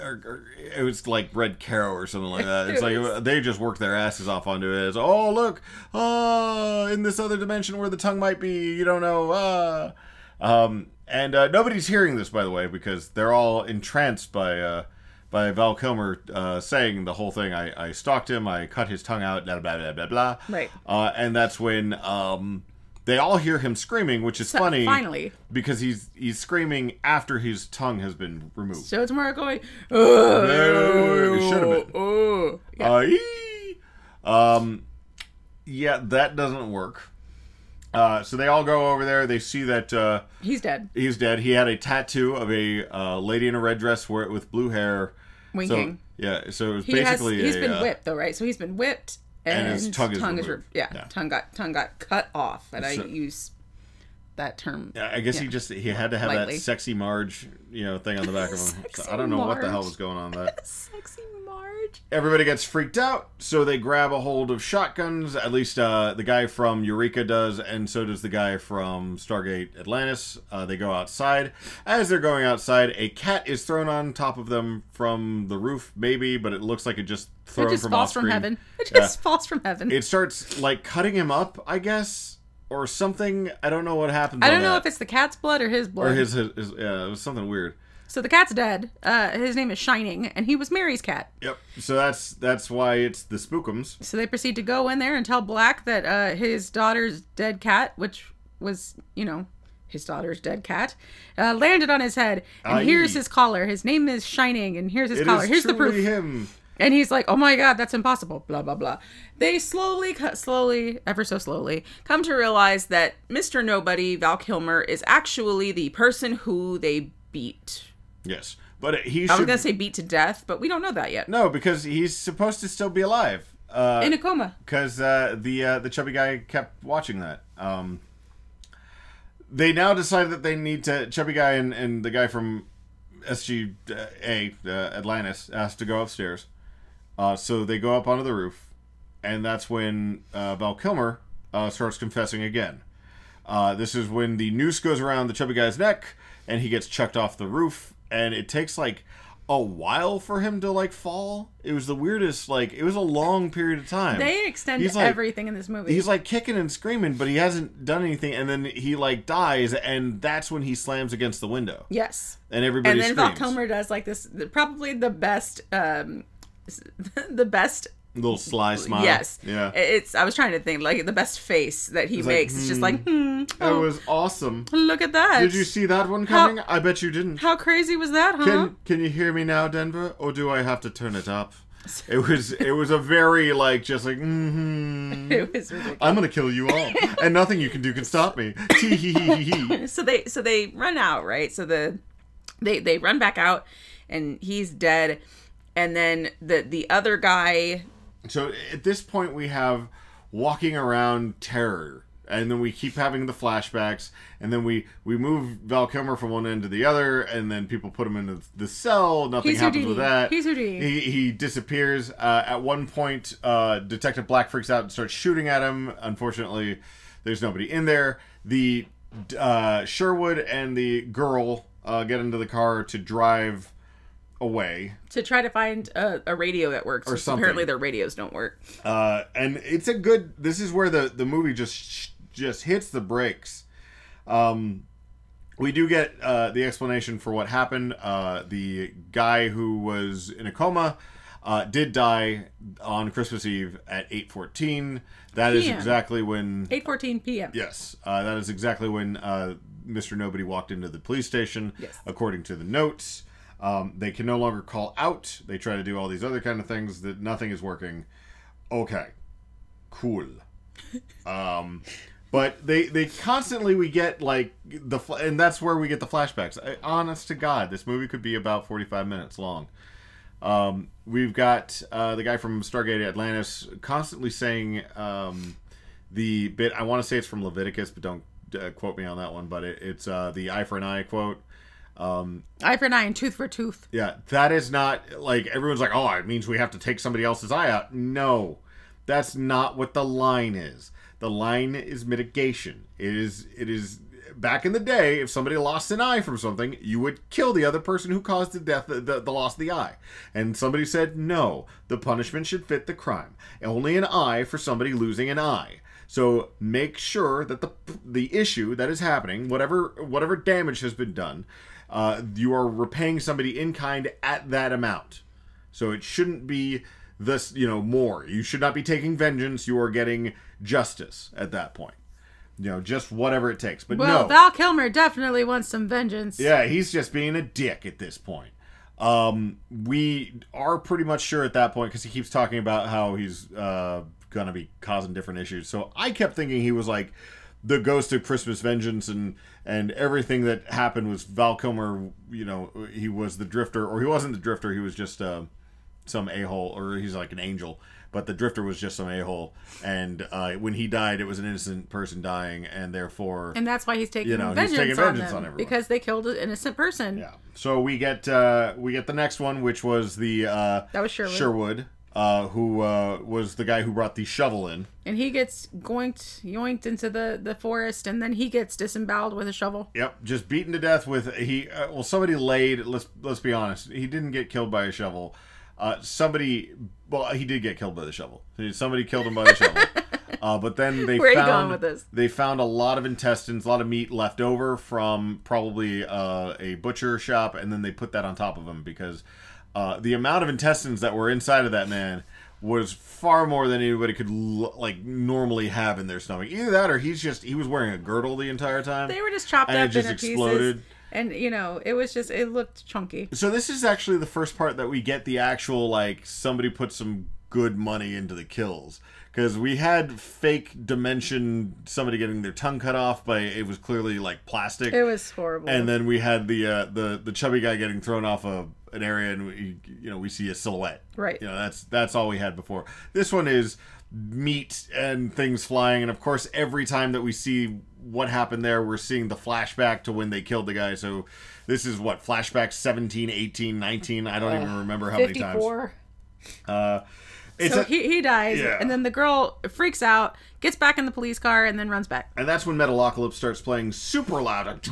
Speaker 1: or, or it was like Red Caro or something like that. It's like they just worked their asses off onto it. It's oh look, oh in this other dimension where the tongue might be, you don't know. Uh. Um, and uh, nobody's hearing this by the way because they're all entranced by uh, by Val Kilmer uh, saying the whole thing. I, I stalked him. I cut his tongue out. Blah blah blah blah blah.
Speaker 7: Right.
Speaker 1: Uh, and that's when um, they all hear him screaming, which is funny.
Speaker 2: finally.
Speaker 1: because he's he's screaming after his tongue has been removed.
Speaker 2: So it's more going.
Speaker 1: No, it should have been.
Speaker 2: Oh,
Speaker 1: Uh, ee. um, yeah, that doesn't work. Uh, so they all go over there. They see that uh,
Speaker 2: he's dead.
Speaker 1: he's dead. He had a tattoo of a uh, lady in a red dress where, with blue hair.
Speaker 2: Winking.
Speaker 1: So, yeah, so it was
Speaker 2: He has.
Speaker 1: basically
Speaker 2: He's
Speaker 1: a,
Speaker 2: been
Speaker 1: uh,
Speaker 2: whipped though, right? So he's been whipped, and,
Speaker 1: And his tongue is
Speaker 2: re-
Speaker 1: removed.
Speaker 2: yeah,
Speaker 1: Yeah.
Speaker 2: tongue got tongue got cut off, and I
Speaker 1: So-
Speaker 2: use that term.
Speaker 1: I guess he just he had to have
Speaker 2: Lightly.
Speaker 1: that sexy Marge, you know, thing on the back of him. So I don't know what the hell
Speaker 2: Marge.
Speaker 1: was going on with that.
Speaker 2: Sexy Marge.
Speaker 1: Everybody gets freaked out, so they grab a hold of shotguns. At least uh, the guy from Eureka does, and so does the guy from Stargate Atlantis. Uh, they go outside. As they're going outside, a cat is thrown on top of them from the roof, maybe, but it looks like it just thrown
Speaker 2: It just
Speaker 1: from
Speaker 2: falls
Speaker 1: off
Speaker 2: from
Speaker 1: screen.
Speaker 2: heaven. It
Speaker 1: Yeah.
Speaker 2: just falls from heaven.
Speaker 1: It starts like cutting him up, I guess, or something. I don't know what happens.
Speaker 2: I
Speaker 1: on
Speaker 2: don't know
Speaker 1: that.
Speaker 2: if it's the cat's blood or his blood.
Speaker 1: or his, his, his yeah, it was something weird.
Speaker 2: So the cat's dead. Uh, his name is Shining, and he was Mary's cat.
Speaker 1: Yep. So that's that's why it's the spookums.
Speaker 2: So they proceed to go in there and tell Black that uh, his daughter's dead cat, which was, you know, his daughter's dead cat, uh, landed on his head. And
Speaker 1: Aye.
Speaker 2: here's his collar. His name is Shining, and here's his
Speaker 1: It
Speaker 2: collar.
Speaker 1: is
Speaker 2: Here's the
Speaker 1: truly
Speaker 2: proof.
Speaker 1: him.
Speaker 2: And he's like, "Oh my god, that's impossible." Blah blah blah.
Speaker 7: They slowly, cut slowly, ever so slowly, come to realize that Mr. Nobody, Val Kilmer, is actually the person who they beat.
Speaker 1: Yes, but
Speaker 7: I
Speaker 1: he
Speaker 7: was
Speaker 1: should
Speaker 7: going to say beat to death, but we don't know that yet.
Speaker 1: no because he's supposed to still be alive.
Speaker 2: In a coma.
Speaker 1: Because uh, the uh, the chubby guy kept watching that. Um, they now decide that they need to chubby guy and, and the guy from SGA uh, Atlantis asked to go upstairs. Uh, so they go up onto the roof, and that's when uh, Val Kilmer uh, starts confessing again. Uh, this is when the noose goes around the chubby guy's neck, and he gets chucked off the roof. And it takes like a while for him to like fall. It was the weirdest. Like it was a long period of time.
Speaker 2: They extend
Speaker 1: He's like-
Speaker 2: everything in this movie.
Speaker 1: He's like kicking and screaming, but he hasn't done anything. And then he like dies, and that's when he slams against the window,
Speaker 2: yes.
Speaker 1: and everybody
Speaker 2: and then Val
Speaker 1: screams.
Speaker 2: Kilmer does like this, probably the best, um, the best
Speaker 1: Little sly smile.
Speaker 2: Yes.
Speaker 1: Yeah.
Speaker 2: It's. I was trying to think like the best face that he makes. it's just like, hmm.
Speaker 1: It was awesome.
Speaker 2: Look at that.
Speaker 1: Did you see that one coming? I bet you didn't.
Speaker 2: How crazy was that, huh?
Speaker 1: Can can you hear me now, Denver? Or do I have to turn it up? It was it was a very like just like mm-hmm.
Speaker 2: It was ridiculous.
Speaker 1: I'm gonna kill you all, and nothing you can do can stop me. Tee hee hee hee hee.
Speaker 2: So they so they run out, right? So the they they run back out, and he's dead. And then the the other guy.
Speaker 1: So at this point, we have walking around terror, and then we keep having the flashbacks, and then we we move Val Kilmer from one end to the other, and then people put him into the cell. Nothing
Speaker 2: He's
Speaker 1: happens
Speaker 2: Houdini.
Speaker 1: with that.
Speaker 2: He's Houdini.
Speaker 1: He, he disappears. Uh, at one point, uh, Detective Black freaks out and starts shooting at him. Unfortunately, there's nobody in there. The uh, Sherwood and the girl uh, get into the car to drive away.
Speaker 2: To try to find a, a radio that works.
Speaker 1: Or something.
Speaker 2: Apparently, their radios don't work.
Speaker 1: uh, and it's a good. This is where the the movie just sh- just hits the brakes. Um, we do get uh, the explanation for what happened. Uh, the guy who was in a coma uh, did die on Christmas Eve at eight fourteen. That is
Speaker 2: PM.
Speaker 1: exactly when.
Speaker 2: Eight fourteen p.m.
Speaker 1: Yes, uh, that is exactly when uh, Mr. Nobody walked into the police station.
Speaker 2: Yes.
Speaker 1: According to the notes, um, they can no longer call out. They try to do all these other kind of things that nothing is working. Okay, cool. Um, but they they constantly we get like the fl- and that's where we get the flashbacks. I, honest to God, this movie could be about forty five minutes long. Um, we've got uh, the guy from Stargate Atlantis constantly saying um, the bit. I want to say it's from Leviticus, but don't uh, quote me on that one. But it, it's uh, the eye for an eye quote.
Speaker 2: Eye for an eye and tooth for tooth.
Speaker 1: Yeah, that is not like everyone's like, oh, it means we have to take somebody else's eye out. No, that's not what the line is. The line is mitigation. It is it is back in the day, if somebody lost an eye from something, you would kill the other person who caused the death the, the loss of the eye. And somebody said, no, the punishment should fit the crime. Only an eye for somebody losing an eye. So make sure that the the issue that is happening, whatever whatever damage has been done, uh, you are repaying somebody in kind at that amount. So it shouldn't be this, you know, more. You should not be taking vengeance. You are getting justice at that point. You know, just whatever it takes. But
Speaker 2: Well,
Speaker 1: no,
Speaker 2: Val Kilmer definitely wants some vengeance.
Speaker 1: yeah, he's just being a dick at this point. Um, we are pretty much sure at that point because he keeps talking about how he's uh, gonna be causing different issues. So I kept thinking he was like the ghost of Christmas Vengeance and and everything that happened was Val Kilmer. You know, he was the drifter, or he wasn't the drifter. He was just uh, some a hole, or he's like an angel. But the drifter was just some a hole, and uh, when he died, it was an innocent person dying, and therefore
Speaker 2: And that's why he's taking
Speaker 1: You know, he's
Speaker 2: vengeance,
Speaker 1: taking vengeance
Speaker 2: on
Speaker 1: on
Speaker 2: them
Speaker 1: everyone.
Speaker 2: because they killed an innocent person.
Speaker 1: Yeah. So we get uh, we get the next one, which was the uh,
Speaker 2: That was Sherwood.
Speaker 1: Sherwood, uh, who uh, was the guy who brought the shovel in.
Speaker 2: And he gets goinked, yoinked into the, the forest, and then he gets disemboweled with a shovel.
Speaker 1: Yep, just beaten to death with he. Uh, well, somebody laid. Let's let's be honest. He didn't get killed by a shovel. Uh, somebody. Well, he did get killed by the shovel. Somebody killed him by the shovel. Uh, but then they
Speaker 2: Where are you
Speaker 1: found
Speaker 2: going with this?
Speaker 1: they found a lot of intestines, a lot of meat left over from probably uh, a butcher shop, and then they put that on top of him because uh, the amount of intestines that were inside of that man was far more than anybody could l- like normally have in their stomach. Either that, or he's just he was wearing a girdle the entire time.
Speaker 2: They were just chopped
Speaker 1: And it
Speaker 2: up
Speaker 1: just
Speaker 2: into
Speaker 1: exploded.
Speaker 2: pieces. And you know, it was just it looked chunky.
Speaker 1: So this is actually the first part that we get the actual like somebody put some good money into the kills because we had fake dimension somebody getting their tongue cut off by it was clearly like plastic.
Speaker 2: It was horrible.
Speaker 1: and then we had the uh, the the chubby guy getting thrown off a an area, and we, you know we see a silhouette.
Speaker 2: Right.
Speaker 1: You know that's that's all we had before. This one is meat and things flying, and of course every time that we see what happened there, we're seeing the flashback to when they killed the guy. So this is what flashback 17, 18, 19. I don't even remember how many times.
Speaker 2: 54.
Speaker 1: Uh, it's
Speaker 2: So
Speaker 1: a-
Speaker 2: he, he dies,
Speaker 1: Yeah.
Speaker 2: and then the girl freaks out, gets back in the police car, and then runs back.
Speaker 1: and that's when Metalocalypse starts playing super loud.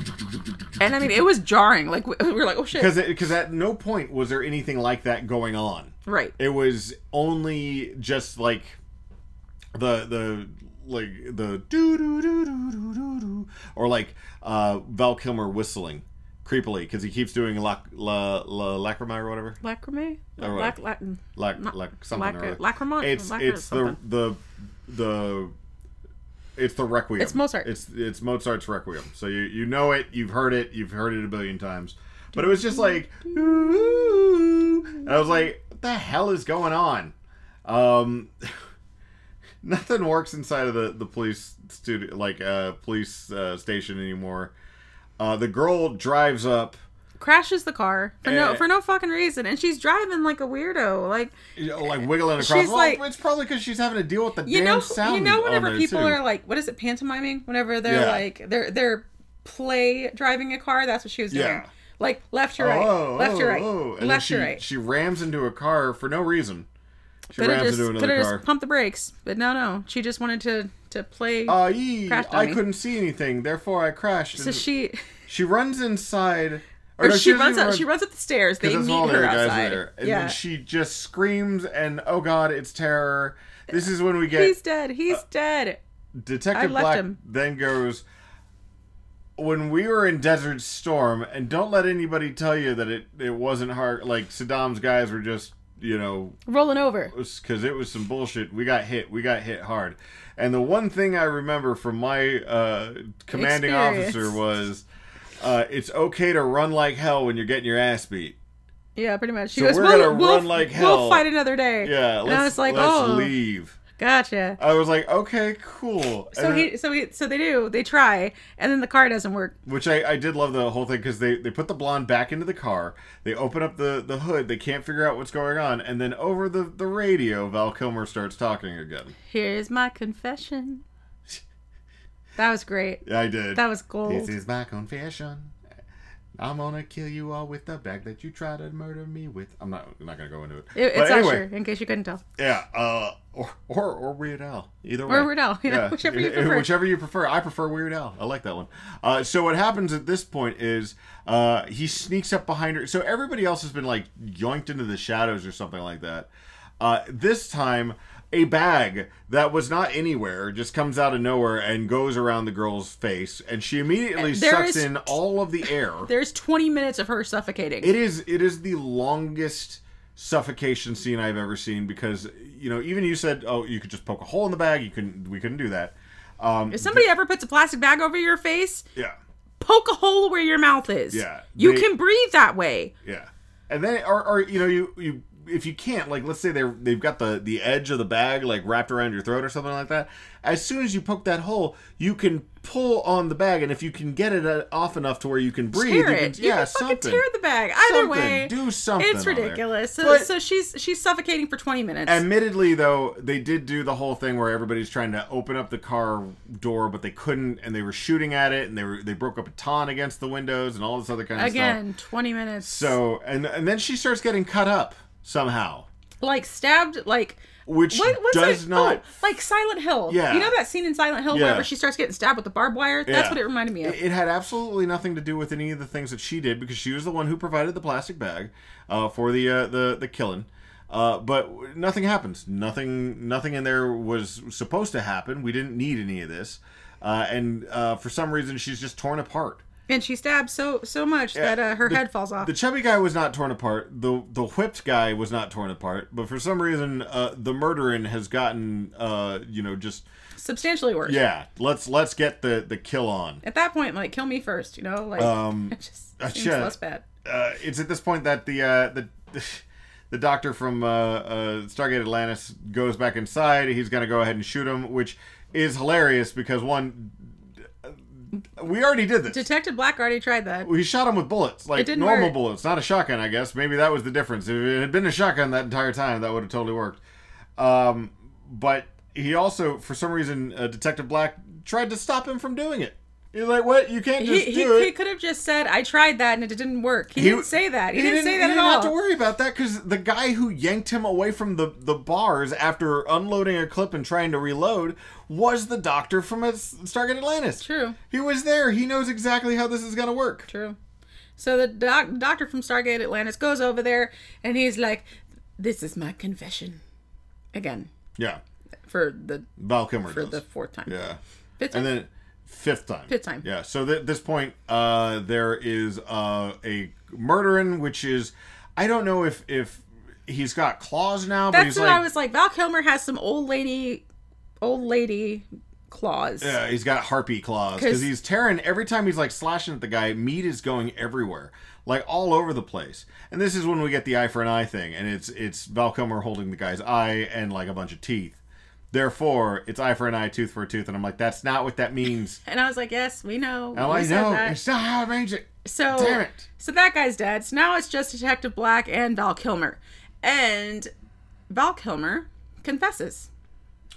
Speaker 2: And I mean, it was jarring. Like we, we were like, oh shit,
Speaker 1: Because because at no point was there anything like that going on.
Speaker 2: right?
Speaker 1: It was only just like the the like the doo doo doo doo doo doo doo or like uh Val Kilmer whistling creepily because he keeps doing lac la la lacrimae or whatever
Speaker 2: Lacrimay,
Speaker 1: All
Speaker 2: lac,
Speaker 1: right.
Speaker 2: lac,
Speaker 1: like
Speaker 2: Not-
Speaker 1: like something
Speaker 2: lac-
Speaker 1: or other.
Speaker 2: lacrimon-
Speaker 1: It's
Speaker 2: lacrim-
Speaker 1: it's the
Speaker 2: something.
Speaker 1: the the it's the requiem.
Speaker 2: It's Mozart.
Speaker 1: It's it's Mozart's requiem. So you you know it. You've heard it. You've heard it a billion times. But it was just like, "Ooh," and I was like, what the hell is going on? Um, nothing works inside of the the police studio, like uh, police uh, station anymore. Uh, the girl drives up.
Speaker 2: crashes the car for no
Speaker 1: Eh.
Speaker 2: for no fucking reason, and she's driving like a weirdo. Like
Speaker 1: you know, like wiggling across.
Speaker 2: She's
Speaker 1: well,
Speaker 2: like-
Speaker 1: it's probably because she's having to deal with the
Speaker 2: you
Speaker 1: damn
Speaker 2: know,
Speaker 1: sound.
Speaker 2: you know,
Speaker 1: on
Speaker 2: whenever
Speaker 1: there,
Speaker 2: people
Speaker 1: Oh, too.
Speaker 2: are like, what is it, pantomiming? Whenever they're
Speaker 1: Yeah.
Speaker 2: like, they're they're play driving a car. That's what she was doing.
Speaker 1: Yeah.
Speaker 2: Like left to right,
Speaker 1: oh,
Speaker 2: left to
Speaker 1: oh,
Speaker 2: right,
Speaker 1: oh. And then
Speaker 2: left
Speaker 1: she,
Speaker 2: to right.
Speaker 1: She rams into a car for no reason. She
Speaker 2: Could have
Speaker 1: rams
Speaker 2: just,
Speaker 1: into
Speaker 2: could
Speaker 1: another
Speaker 2: have
Speaker 1: car.
Speaker 2: just pumped the brakes, but no, no. She just wanted to to play.
Speaker 1: Ah, yee,
Speaker 2: crashed on
Speaker 1: I
Speaker 2: me.
Speaker 1: couldn't see anything, therefore I crashed.
Speaker 2: so
Speaker 1: and
Speaker 2: she
Speaker 1: she runs inside.
Speaker 7: Or
Speaker 1: no,
Speaker 7: she
Speaker 1: doesn't
Speaker 7: runs
Speaker 1: even
Speaker 7: up.
Speaker 1: run-
Speaker 7: She runs up the stairs. They
Speaker 1: 'cause that's
Speaker 7: meet
Speaker 1: all
Speaker 7: her
Speaker 1: the other guys are
Speaker 7: outside.
Speaker 1: there. And
Speaker 2: Yeah.
Speaker 1: then she just screams, and oh god, it's terror. This is when we get
Speaker 2: he's dead. He's
Speaker 1: uh,
Speaker 2: dead.
Speaker 1: Detective
Speaker 2: I left
Speaker 1: Black
Speaker 2: him.
Speaker 1: then goes, When we were in Desert Storm, and don't let anybody tell you that it, it wasn't hard. Like, Saddam's guys were just, you know,
Speaker 2: Rolling over.
Speaker 1: because it was some bullshit. We got hit. We got hit hard. And the one thing I remember from my uh, commanding
Speaker 2: Experience.
Speaker 1: officer was. Uh, it's okay to run like hell when you're getting your ass beat.
Speaker 2: Yeah, pretty much. She
Speaker 1: So
Speaker 2: goes,
Speaker 1: we're
Speaker 2: we'll,
Speaker 1: gonna
Speaker 2: we'll-
Speaker 1: run like hell."
Speaker 2: We'll fight another day.
Speaker 1: Yeah,
Speaker 2: and
Speaker 1: let's,
Speaker 2: I was like,
Speaker 1: let's
Speaker 2: oh,
Speaker 1: leave.
Speaker 2: gotcha.
Speaker 1: I was like, okay, cool.
Speaker 2: So
Speaker 1: And-
Speaker 2: he, so he, so they do. They try, and then the car doesn't work.
Speaker 1: which I, I did love the whole thing because they, they put the blonde back into the car they open up the, the hood they can't figure out what's going on and then over the, the radio val kilmer starts talking again
Speaker 2: Here's my confession. That was great.
Speaker 1: i did
Speaker 2: That was gold.
Speaker 1: this is my confession i'm gonna kill you all with the bag that you try to murder me with i'm not I'm not gonna go into it,
Speaker 2: It-
Speaker 1: but
Speaker 2: it's
Speaker 1: anyway
Speaker 2: Usher, in case you couldn't tell.
Speaker 1: yeah uh or or, or weird al either way
Speaker 2: Or Weird Al, yeah, whichever you
Speaker 1: i- i-
Speaker 2: prefer.
Speaker 1: whichever you prefer i prefer weird al i like that one uh so what happens at this point is uh he sneaks up behind her so everybody else has been like yoinked into the shadows or something like that uh this time a bag that was not anywhere just comes out of nowhere and goes around the girl's face, and she immediately
Speaker 7: There
Speaker 1: sucks
Speaker 7: is-
Speaker 1: in all of the air.
Speaker 7: There's 20 minutes of her suffocating.
Speaker 1: It is it is the longest suffocation scene I've ever seen because you know even you said oh you could just poke a hole in the bag you couldn't we couldn't do that. Um,
Speaker 7: if somebody ever puts a plastic bag over your face,
Speaker 1: yeah,
Speaker 7: poke a hole where your mouth is.
Speaker 1: Yeah,
Speaker 7: You
Speaker 1: they-
Speaker 7: can breathe that way.
Speaker 1: yeah, and then or, or you know you you if you can't like let's say they are they've got the the edge of the bag like wrapped around your throat or something like that. As soon as you poke that hole, you can pull on the bag, and if you can get it uh, off enough to where you can breathe,
Speaker 7: tear
Speaker 1: you can,
Speaker 7: it.
Speaker 1: yeah,
Speaker 7: you can fucking
Speaker 1: something.
Speaker 7: tear the bag. Either
Speaker 1: Something.
Speaker 7: way,
Speaker 1: Do something
Speaker 7: It's
Speaker 1: on there.
Speaker 7: ridiculous. So,
Speaker 1: But-
Speaker 7: so she's she's suffocating for 20 minutes.
Speaker 1: Admittedly, though, they did do the whole thing where everybody's trying to open up the car door, but they couldn't, and they were shooting at it, and they were they broke a baton against the windows and all this other kind of stuff.
Speaker 2: Again, 20 minutes.
Speaker 1: So, and and then she starts getting cut up somehow,
Speaker 2: like stabbed, like
Speaker 1: which
Speaker 2: what was
Speaker 1: does
Speaker 2: it?
Speaker 1: not.
Speaker 2: oh, like Silent Hill.
Speaker 1: Yeah.
Speaker 2: You know that scene in Silent Hill
Speaker 1: Yeah.
Speaker 2: where she starts getting stabbed with the barbed wire? That's
Speaker 1: Yeah.
Speaker 2: what it reminded me of.
Speaker 1: It, it had absolutely nothing to do with any of the things that she did because she was the one who provided the plastic bag uh, for the uh, the the killing. Uh, but w- nothing happens. Nothing nothing in there was supposed to happen. We didn't need any of this. Uh, and uh, for some reason, she's just torn apart.
Speaker 2: and she stabbed so so much that uh, her head falls off.
Speaker 1: The chubby guy was not torn apart. The the whipped guy was not torn apart. But for some reason, uh, the murdering has gotten uh, you know just
Speaker 2: Substantially worse.
Speaker 1: yeah. Let's let's get the the kill on.
Speaker 2: At that point, like kill me first, you know? Like
Speaker 1: Um,
Speaker 2: it just
Speaker 1: uh,
Speaker 2: seems
Speaker 1: yeah.
Speaker 2: less bad.
Speaker 1: uh, it's at this point that the uh, the the doctor from uh, uh, Stargate Atlantis goes back inside. He's gonna go ahead and shoot him, which is hilarious because one, we already did this.
Speaker 2: Detective Black already tried that.
Speaker 1: we shot him with bullets, like
Speaker 2: didn't
Speaker 1: normal
Speaker 2: work.
Speaker 1: bullets, not a shotgun. I guess maybe that was the difference. If it had been a shotgun that entire time, that would have totally worked. Um, but he also, for some reason, uh, Detective Black tried to stop him from doing it. He's like, "What? You can't
Speaker 2: He,
Speaker 1: just
Speaker 2: he,
Speaker 1: do it."
Speaker 2: he could have just said, "I tried that and it didn't work." He, didn't say that. He, didn't, say that
Speaker 1: he
Speaker 2: at
Speaker 1: didn't
Speaker 2: all.
Speaker 1: have to worry about that because the guy who yanked him away from the, the bars after unloading a clip and trying to reload was the doctor from a S- Stargate Atlantis.
Speaker 2: True.
Speaker 1: He was there. He knows exactly how this is going to work.
Speaker 2: True. So the doc- doctor from Stargate Atlantis goes over there and he's like, "This is my confession." Again,
Speaker 1: Yeah.
Speaker 2: for the
Speaker 1: Val Kilmer
Speaker 2: for
Speaker 1: does.
Speaker 2: the fourth time.
Speaker 1: yeah.
Speaker 2: Fifth
Speaker 1: And
Speaker 2: time?
Speaker 1: then fifth time.
Speaker 2: Fifth time.
Speaker 1: Yeah. So th- at this point, uh, there is uh, a murdering, which is, I don't know if, if he's got claws now, but
Speaker 2: That's
Speaker 1: he's
Speaker 2: what
Speaker 1: like,
Speaker 2: I was like. Val Kilmer has some old lady, old lady claws.
Speaker 1: Yeah, he's got harpy claws
Speaker 2: 'Cause-
Speaker 1: because he's tearing every time he's like slashing at the guy. Meat is going everywhere, like all over the place. And this is when we get the eye for an eye thing, and it's it's Val Kilmer holding the guy's eye and like a bunch of teeth. Therefore, it's eye for an eye, tooth for a tooth, and I'm like, that's not what that means.
Speaker 2: And I was like, "Yes, we know."
Speaker 1: And I'm
Speaker 2: we
Speaker 1: like,
Speaker 2: said
Speaker 1: no,
Speaker 2: that."
Speaker 1: it's not how I arranged it.
Speaker 2: So
Speaker 1: Damn it.
Speaker 2: So that guy's dead. So now it's just Detective Black and Val Kilmer, and Val Kilmer confesses.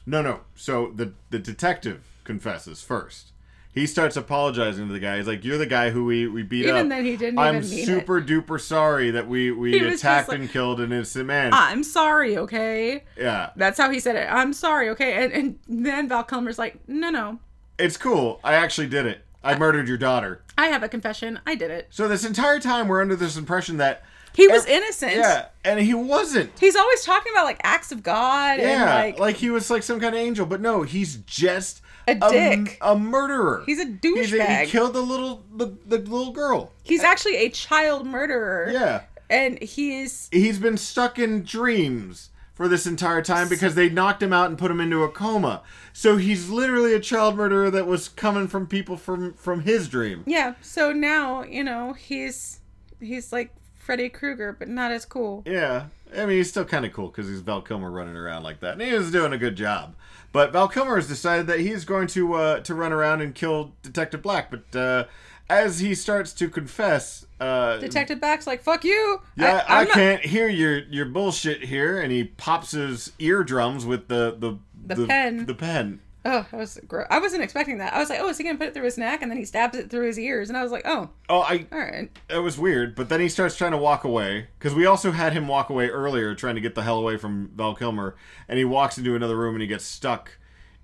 Speaker 1: No, no. So the the detective confesses first. He starts apologizing to the guy. He's like, "You're the guy who we, we beat
Speaker 2: Even
Speaker 1: up."
Speaker 2: then he didn't
Speaker 1: I'm
Speaker 2: even mean it."
Speaker 1: super duper sorry that we we
Speaker 2: was just
Speaker 1: attacked
Speaker 2: like,
Speaker 1: and killed an innocent man.
Speaker 2: I'm sorry, okay.
Speaker 1: yeah,
Speaker 2: That's how he said it. I'm sorry, okay. And, and then Val Kilmer's like, no, no,
Speaker 1: it's cool. I actually did it. I murdered your daughter.
Speaker 2: I have a confession. I did it.
Speaker 1: So this entire time we're under this impression that
Speaker 2: He was
Speaker 1: ev-
Speaker 2: innocent.
Speaker 1: Yeah, and he wasn't.
Speaker 2: He's always talking about like acts of God and
Speaker 1: Yeah,
Speaker 2: like,
Speaker 1: like, he was like some kind of angel, but no, he's just
Speaker 2: A dick.
Speaker 1: a murderer.
Speaker 2: He's a
Speaker 1: He's a-
Speaker 2: douchebag.
Speaker 1: He killed the little the, the little girl.
Speaker 2: he's actually a child murderer.
Speaker 1: Yeah.
Speaker 2: And he's
Speaker 1: he's been stuck in dreams for this entire time because they knocked him out and put him into a coma. So he's literally a child murderer that was coming from people from from his dream.
Speaker 2: yeah. So now you know he's he's like Freddy Krueger, but not as cool.
Speaker 1: Yeah. I mean, he's still kind of cool because he's Val Kilmer running around like that, and he was doing a good job. But Val Kilmer has decided that he is going to uh, to run around and kill Detective Black. But uh, as he starts to confess, uh,
Speaker 2: Detective Back's like, fuck you.
Speaker 1: Yeah, I,
Speaker 2: I'm not-
Speaker 1: can't hear your your bullshit here, and he pops his eardrums with the the
Speaker 2: The pen.
Speaker 1: The pen.
Speaker 2: Oh, that was gross. I wasn't expecting that. I was like, oh, is he gonna put it through his neck? And then he stabs it through his ears. And I was like, oh,
Speaker 1: Oh, I
Speaker 2: all right.
Speaker 1: that was weird. But then he starts trying to walk away because we also had him walk away earlier, trying to get the hell away from Val Kilmer, and he walks into another room and he gets stuck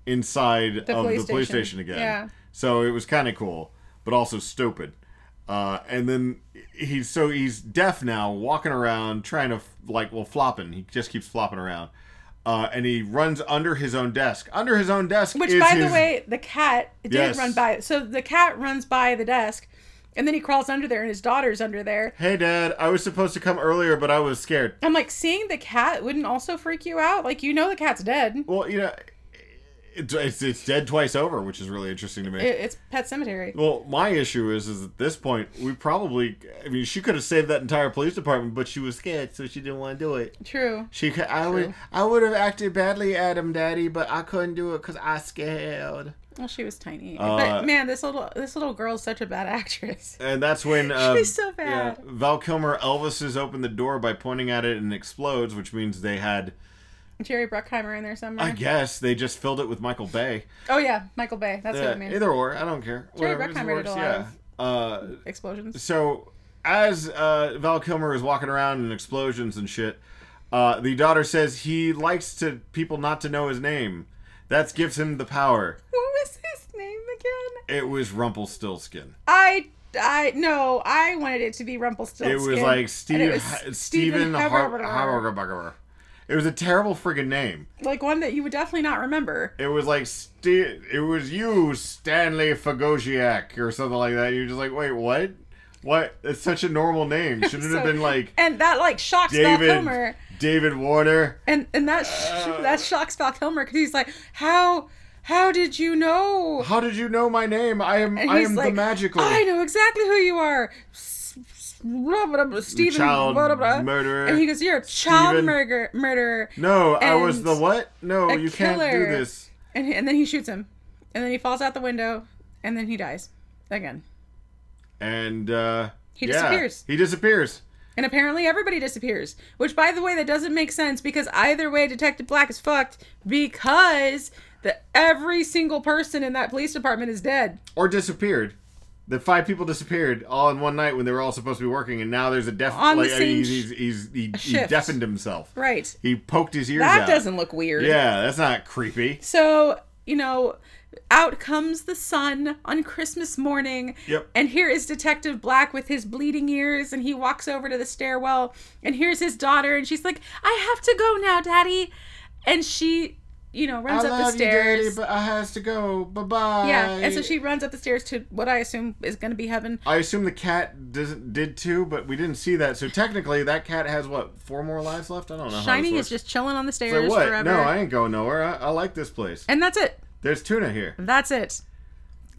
Speaker 1: inside of
Speaker 2: police
Speaker 1: the police
Speaker 2: station.
Speaker 1: station again.
Speaker 2: Yeah.
Speaker 1: So it was kind of cool, but also stupid. Uh, and then he's so he's deaf now, walking around trying to f- like well flopping. He just keeps flopping around. uh, and he runs under his own desk. Under his own desk,
Speaker 2: Which,
Speaker 1: is
Speaker 2: by the
Speaker 1: his-
Speaker 2: way, the cat it didn't
Speaker 1: Yes.
Speaker 2: run by. So the cat runs by the desk, and then he crawls under there, and his daughter's under there.
Speaker 1: Hey, Dad, I was supposed to come earlier, but I was scared.
Speaker 2: I'm like, seeing the cat wouldn't also freak you out? Like, you know the cat's dead.
Speaker 1: Well, you know, it, it's it's dead twice over, which is really interesting to me.
Speaker 2: It, it's Pet Cemetery.
Speaker 1: well, my issue is, is at this point we probably, I mean, she could have saved that entire police department, but she was scared, so she didn't want to do it.
Speaker 2: True.
Speaker 1: She, could, I would, I would have acted badly, Adam, Daddy, but I couldn't do it because I scared.
Speaker 2: Well, she was tiny.
Speaker 1: Uh,
Speaker 2: but man, this little this little girl's such a bad actress.
Speaker 1: And that's when uh,
Speaker 2: She's so bad.
Speaker 1: Val Kilmer Elvises open the door by pointing at it and it explodes, which means they had,
Speaker 2: Jerry Bruckheimer in there somewhere.
Speaker 1: I guess, they just filled it with Michael Bay.
Speaker 2: oh yeah, Michael Bay. That's what
Speaker 1: Yeah,
Speaker 2: I mean.
Speaker 1: either or, I don't care.
Speaker 2: Jerry
Speaker 1: Whatever, it
Speaker 2: Bruckheimer did
Speaker 1: works,
Speaker 2: a lot
Speaker 1: yeah. Uh,
Speaker 2: Explosions.
Speaker 1: so as uh, Val Kilmer is walking around in explosions and shit, uh, the daughter says he likes to people not to know his name. That gives him the power.
Speaker 2: What was his name again?
Speaker 1: It was Rumpelstiltskin.
Speaker 2: I I no, I wanted it to be Rumpelstiltskin.
Speaker 1: It was like
Speaker 2: And
Speaker 1: Steve,
Speaker 2: it was
Speaker 1: Stephen Har-
Speaker 2: Hubbard.
Speaker 1: Har- It was a terrible friggin' name.
Speaker 2: like one that you would definitely not remember.
Speaker 1: It was like Ste- it was you, Stanley Fagosiak, or something like that. You're just like, wait, what? What? It's such a normal name. Shouldn't it have
Speaker 2: So-
Speaker 1: been like
Speaker 2: And that like shocks Val
Speaker 1: David Uh.
Speaker 2: Kilmer,
Speaker 1: David Warner?
Speaker 2: and and that sh- that shocks Val Kilmer because he's like, how how did you know?
Speaker 1: How did you know my name? I am
Speaker 2: And
Speaker 1: I
Speaker 2: he's
Speaker 1: am the
Speaker 2: like,
Speaker 1: magical
Speaker 2: I know exactly who you are. S- s- Blah, blah, blah, Stephen
Speaker 1: child
Speaker 2: blah, blah, blah.
Speaker 1: murderer,
Speaker 2: And he goes, You're a child
Speaker 1: Stephen-
Speaker 2: murder, murderer.
Speaker 1: No, I was
Speaker 2: and
Speaker 1: the what? No,
Speaker 2: a
Speaker 1: you can't do
Speaker 2: killer.
Speaker 1: this.
Speaker 2: And, he- and then he shoots him. And then he falls out the window. And then he dies again.
Speaker 1: And uh
Speaker 2: He
Speaker 1: yeah,
Speaker 2: disappears.
Speaker 1: He disappears.
Speaker 2: And apparently everybody disappears. Which, by the way, that doesn't make sense because either way, Detective Black is fucked because the, every single person in that police department is dead.
Speaker 1: Or disappeared. The five people disappeared all in one night when they were all supposed to be working, and now there's a deaf.
Speaker 2: On the
Speaker 1: like, I mean,
Speaker 2: same
Speaker 1: he's, he's, he's, he, he
Speaker 2: shift.
Speaker 1: deafened himself.
Speaker 2: Right.
Speaker 1: He poked his ears
Speaker 2: That
Speaker 1: out.
Speaker 2: doesn't look weird.
Speaker 1: Yeah, that's not creepy.
Speaker 2: So, you know, out comes the sun on Christmas morning.
Speaker 1: Yep.
Speaker 2: And here is Detective Black with his bleeding ears, and he walks over to the stairwell. And here's his daughter, and she's like, I have to go now, Daddy. And she, you know, runs up the stairs.
Speaker 1: Daddy, but I has to go. Bye bye.
Speaker 2: yeah, and
Speaker 1: Um,
Speaker 2: so she runs up the stairs to what I assume is going to be heaven.
Speaker 1: I assume the cat doesn't did too, but we didn't see that. So technically, that cat has what four more lives left? I don't know. how
Speaker 2: Shining
Speaker 1: this
Speaker 2: is
Speaker 1: works.
Speaker 2: just chilling on the stairs
Speaker 1: It's like what?
Speaker 2: forever.
Speaker 1: No, I ain't going nowhere. I, I like this place.
Speaker 2: And that's it.
Speaker 1: There's tuna here.
Speaker 2: That's it.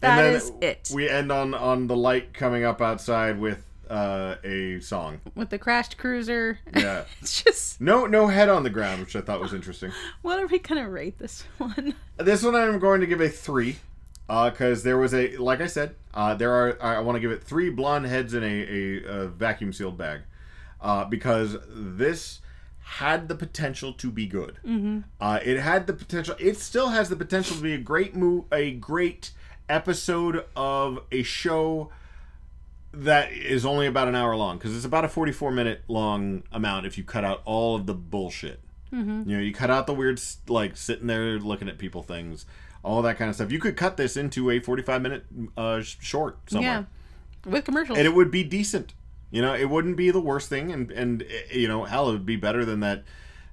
Speaker 1: And
Speaker 2: That
Speaker 1: then
Speaker 2: is it.
Speaker 1: We end on on the light coming up outside with uh, a song.
Speaker 2: With the crashed cruiser.
Speaker 1: Yeah.
Speaker 2: it's just,
Speaker 1: no, no head on the ground, which I thought was interesting.
Speaker 2: what are we going to rate this one?
Speaker 1: This one I'm going to give a three, because there was a like I said, uh, there are I want to give it three blonde heads in a, a, a vacuum sealed bag, uh, because this had the potential to be good. Uh, it had the potential. It still has the potential to be a great mo- a great episode of a show that is only about an hour long because it's about a 44 minute long amount if you cut out all of the bullshit you know you cut out the weird s- like sitting there looking at people things all that kind of stuff you could cut this into a 45 minute uh sh- short somewhere
Speaker 2: Yeah. With commercials.
Speaker 1: and it would be decent you know it wouldn't be the worst thing and and eh, you know hell it would be better than that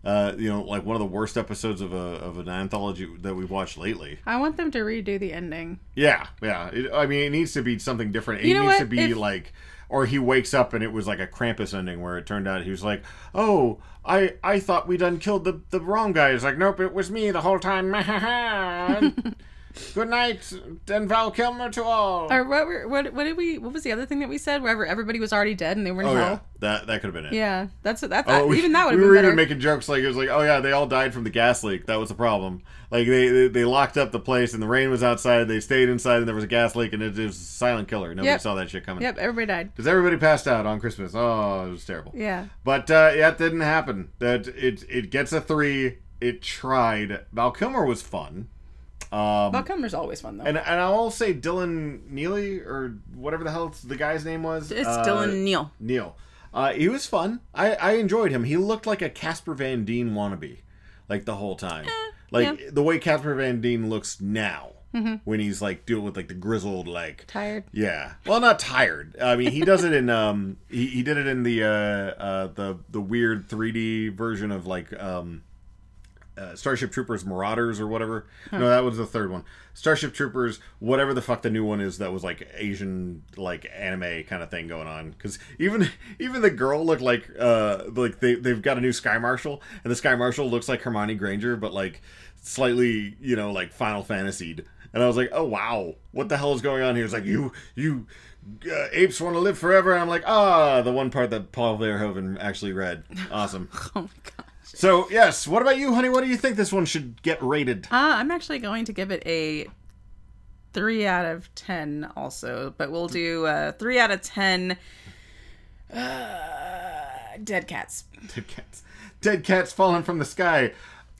Speaker 1: uh, you know, like one of the worst episodes of a of an anthology that we've watched lately.
Speaker 2: I want them to redo the ending.
Speaker 1: Yeah, yeah. It, I mean, it needs to be something different. It
Speaker 2: You know
Speaker 1: needs
Speaker 2: what?
Speaker 1: to be
Speaker 2: If-
Speaker 1: like, or he wakes up and it was like a Krampus ending where it turned out he was like, "Oh, I I thought we done killed the the wrong guy." It's like, "Nope, it was me the whole time." Good night, and Val Kilmer to all.
Speaker 2: Or what were what what did we what was the other thing that we said? Wherever everybody was already dead and they were in
Speaker 1: oh yeah,
Speaker 2: hell.
Speaker 1: that that could have been it.
Speaker 2: Yeah. that's what that,
Speaker 1: Oh, we-
Speaker 2: Uh, even that would have
Speaker 1: we
Speaker 2: been
Speaker 1: were
Speaker 2: better.
Speaker 1: even making jokes like it was like, oh yeah, they all died from the gas leak. That was the problem. Like they, they they locked up the place and the rain was outside. They stayed inside and there was a gas leak and it, it was a silent killer. Nobody
Speaker 2: Yep.
Speaker 1: saw that shit coming.
Speaker 2: yep, everybody died.
Speaker 1: because everybody passed out on Christmas. Oh, it was terrible.
Speaker 2: Yeah.
Speaker 1: But uh, yeah, it didn't happen. That it it gets a three. It tried. Val Kilmer was fun,
Speaker 2: Val Kilmer's always fun though.
Speaker 1: Um, and and I'll say Dylan Neely or whatever the hell the guy's name was.
Speaker 7: It's
Speaker 1: uh,
Speaker 7: Dylan Neal.
Speaker 1: Neil. Uh, he was fun. I, I enjoyed him. He looked like a Casper Van Dien wannabe, like the whole time. like the way Casper Van Dien looks now, when he's like dealing with like the grizzled like
Speaker 2: Tired.
Speaker 1: yeah. Well, not tired. I mean, he does it in um he, he did it in the uh uh the the weird 3D version of like um uh, Starship Troopers Marauders or whatever. No, that was the third one. Starship Troopers, whatever the fuck the new one is, that was like Asian like anime kind of thing going on. Because even even the girl looked like uh like they they've got a new Sky Marshal and the Sky Marshal looks like Hermione Granger but like slightly you know like Final Fantasied. And I was like, oh wow, what the hell is going on here? It's like you you uh, apes want to live forever. And I'm like, ah, the one part that Paul Verhoeven actually read. Awesome.
Speaker 2: Oh my god.
Speaker 1: So yes, what about you, honey? What do you think this one should get rated?
Speaker 2: Uh, I'm actually going to give it a three out of ten, also, but we'll do uh, three out of ten. Uh, dead cats.
Speaker 1: Dead cats, dead cats falling from the sky.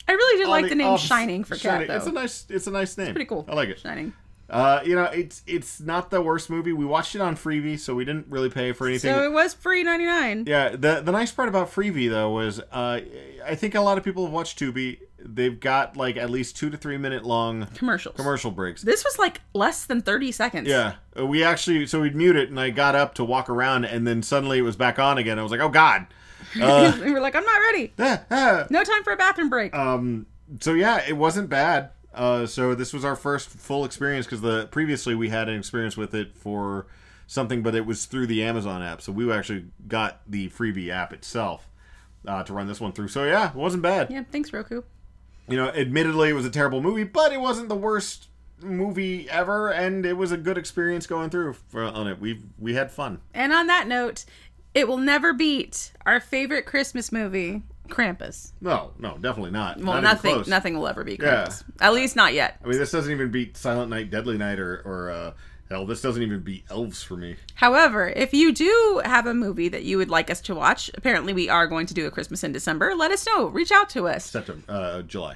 Speaker 2: I really did like the name
Speaker 1: Oh,
Speaker 2: Shining for
Speaker 1: Shining.
Speaker 2: cat
Speaker 1: It's
Speaker 2: though.
Speaker 1: a nice, it's a nice name.
Speaker 2: Pretty cool.
Speaker 1: I like it.
Speaker 2: Shining.
Speaker 1: Uh, you know, it's it's not the worst movie. We watched it on freebie, so we didn't really pay for anything.
Speaker 2: So it was free ninety nine.
Speaker 1: Yeah, the the nice part about Freebie though was uh, I think a lot of people have watched Tubi. They've got like at least two to three minute long
Speaker 2: Commercials.
Speaker 1: commercial breaks.
Speaker 2: This was like less than thirty seconds.
Speaker 1: Yeah, Uh, we actually so we'd mute it, and I got up to walk around, and then suddenly it was back on again. I was like, oh god. Uh,
Speaker 2: we were like, I'm not ready.
Speaker 1: ah, ah.
Speaker 2: No time for a bathroom break.
Speaker 1: Um, so yeah, it wasn't bad. Uh, so this was our first full experience because the previously we had an experience with it for something, but it was through the Amazon app. So we actually got the freebie app itself uh, to run this one through. So yeah, it wasn't bad.
Speaker 2: yeah, thanks, Roku.
Speaker 1: You know, admittedly it was a terrible movie, but it wasn't the worst movie ever, and it was a good experience going through for, on it. We we had fun.
Speaker 8: And on that note, it will never beat our favorite Christmas movie, Krampus.
Speaker 1: No, no, definitely not.
Speaker 2: Well,
Speaker 1: not even
Speaker 2: nothing,
Speaker 1: close.
Speaker 2: nothing will ever be
Speaker 1: Yeah.
Speaker 2: Krampus. At least not yet.
Speaker 1: I mean, this doesn't even beat Silent Night, Deadly Night, or or uh, hell, this doesn't even beat Elves for me.
Speaker 2: However, if you do have a movie that you would like us to watch, apparently we are going to do a Christmas in December. Let us know. Reach out to us.
Speaker 1: September, uh, July,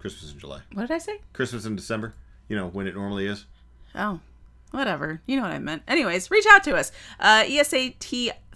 Speaker 1: Christmas in July,
Speaker 2: What did I say?
Speaker 1: Christmas in December. You know when it normally is.
Speaker 2: Oh, whatever. You know what I meant. Anyways, reach out to us. Uh,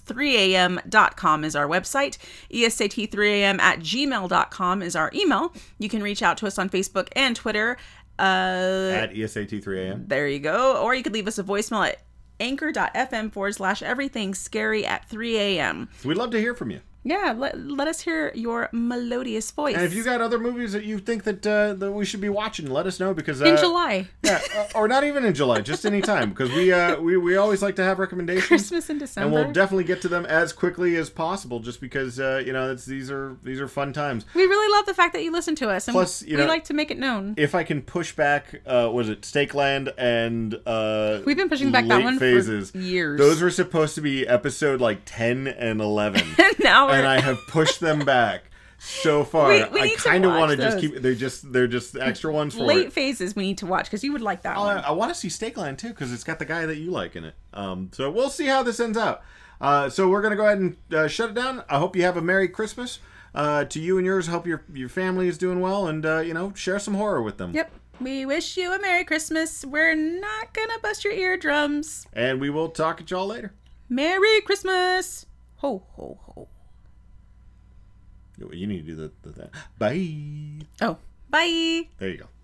Speaker 2: ESAT3am.com is our website. E ESAT3am at gmail.com is our email. You can reach out to us on Facebook and Twitter. Uh,
Speaker 1: At E ESAT 3 a.m.
Speaker 2: there you go. Or you could leave us a voicemail at anchor.fm forward slash everything scary at 3 a.m.
Speaker 1: We'd love to hear from you.
Speaker 2: Yeah, let, let us hear your melodious voice.
Speaker 1: And if you got other movies that you think that uh, that we should be watching, let us know because uh,
Speaker 2: in July,
Speaker 1: yeah, uh, or not even in July, just any time because we uh, we we always like to have recommendations.
Speaker 2: Christmas in December.
Speaker 1: And we'll definitely get to them as quickly as possible, just because uh, you know it's, these are these are fun times.
Speaker 2: we really love the fact that you listen to us, and
Speaker 1: Plus, you
Speaker 2: we
Speaker 1: know-
Speaker 2: like to make it known.
Speaker 1: if I can push back, uh, was it Stakeland and uh,
Speaker 2: We've been pushing back that
Speaker 1: Late
Speaker 2: one for
Speaker 1: phases
Speaker 2: years.
Speaker 1: Those were supposed to be episode like ten and eleven,
Speaker 2: now we're
Speaker 1: and I have pushed them back so far.
Speaker 2: We- we
Speaker 1: I
Speaker 2: need to
Speaker 1: kind of
Speaker 2: watch
Speaker 1: want to just
Speaker 2: those.
Speaker 1: keep. They're just they're just extra ones for
Speaker 2: late
Speaker 1: it. Oh,
Speaker 2: phases we need to watch because you would like that
Speaker 1: I,
Speaker 2: one.
Speaker 1: want to see Stakeland too because it's got the guy that you like in it. Um, so we'll see how this ends out. Uh, so we're gonna go ahead and uh, shut it down. I hope you have a merry Christmas. Uh, to you and yours, hope your your family is doing well, and uh, you know share some horror with them.
Speaker 2: Yep. We wish you a Merry Christmas. We're not gonna bust your eardrums.
Speaker 1: And we will talk at y'all later.
Speaker 2: Merry Christmas. Ho ho ho.
Speaker 1: You need to do the, the, the bye.
Speaker 2: Oh, bye.
Speaker 1: There you go.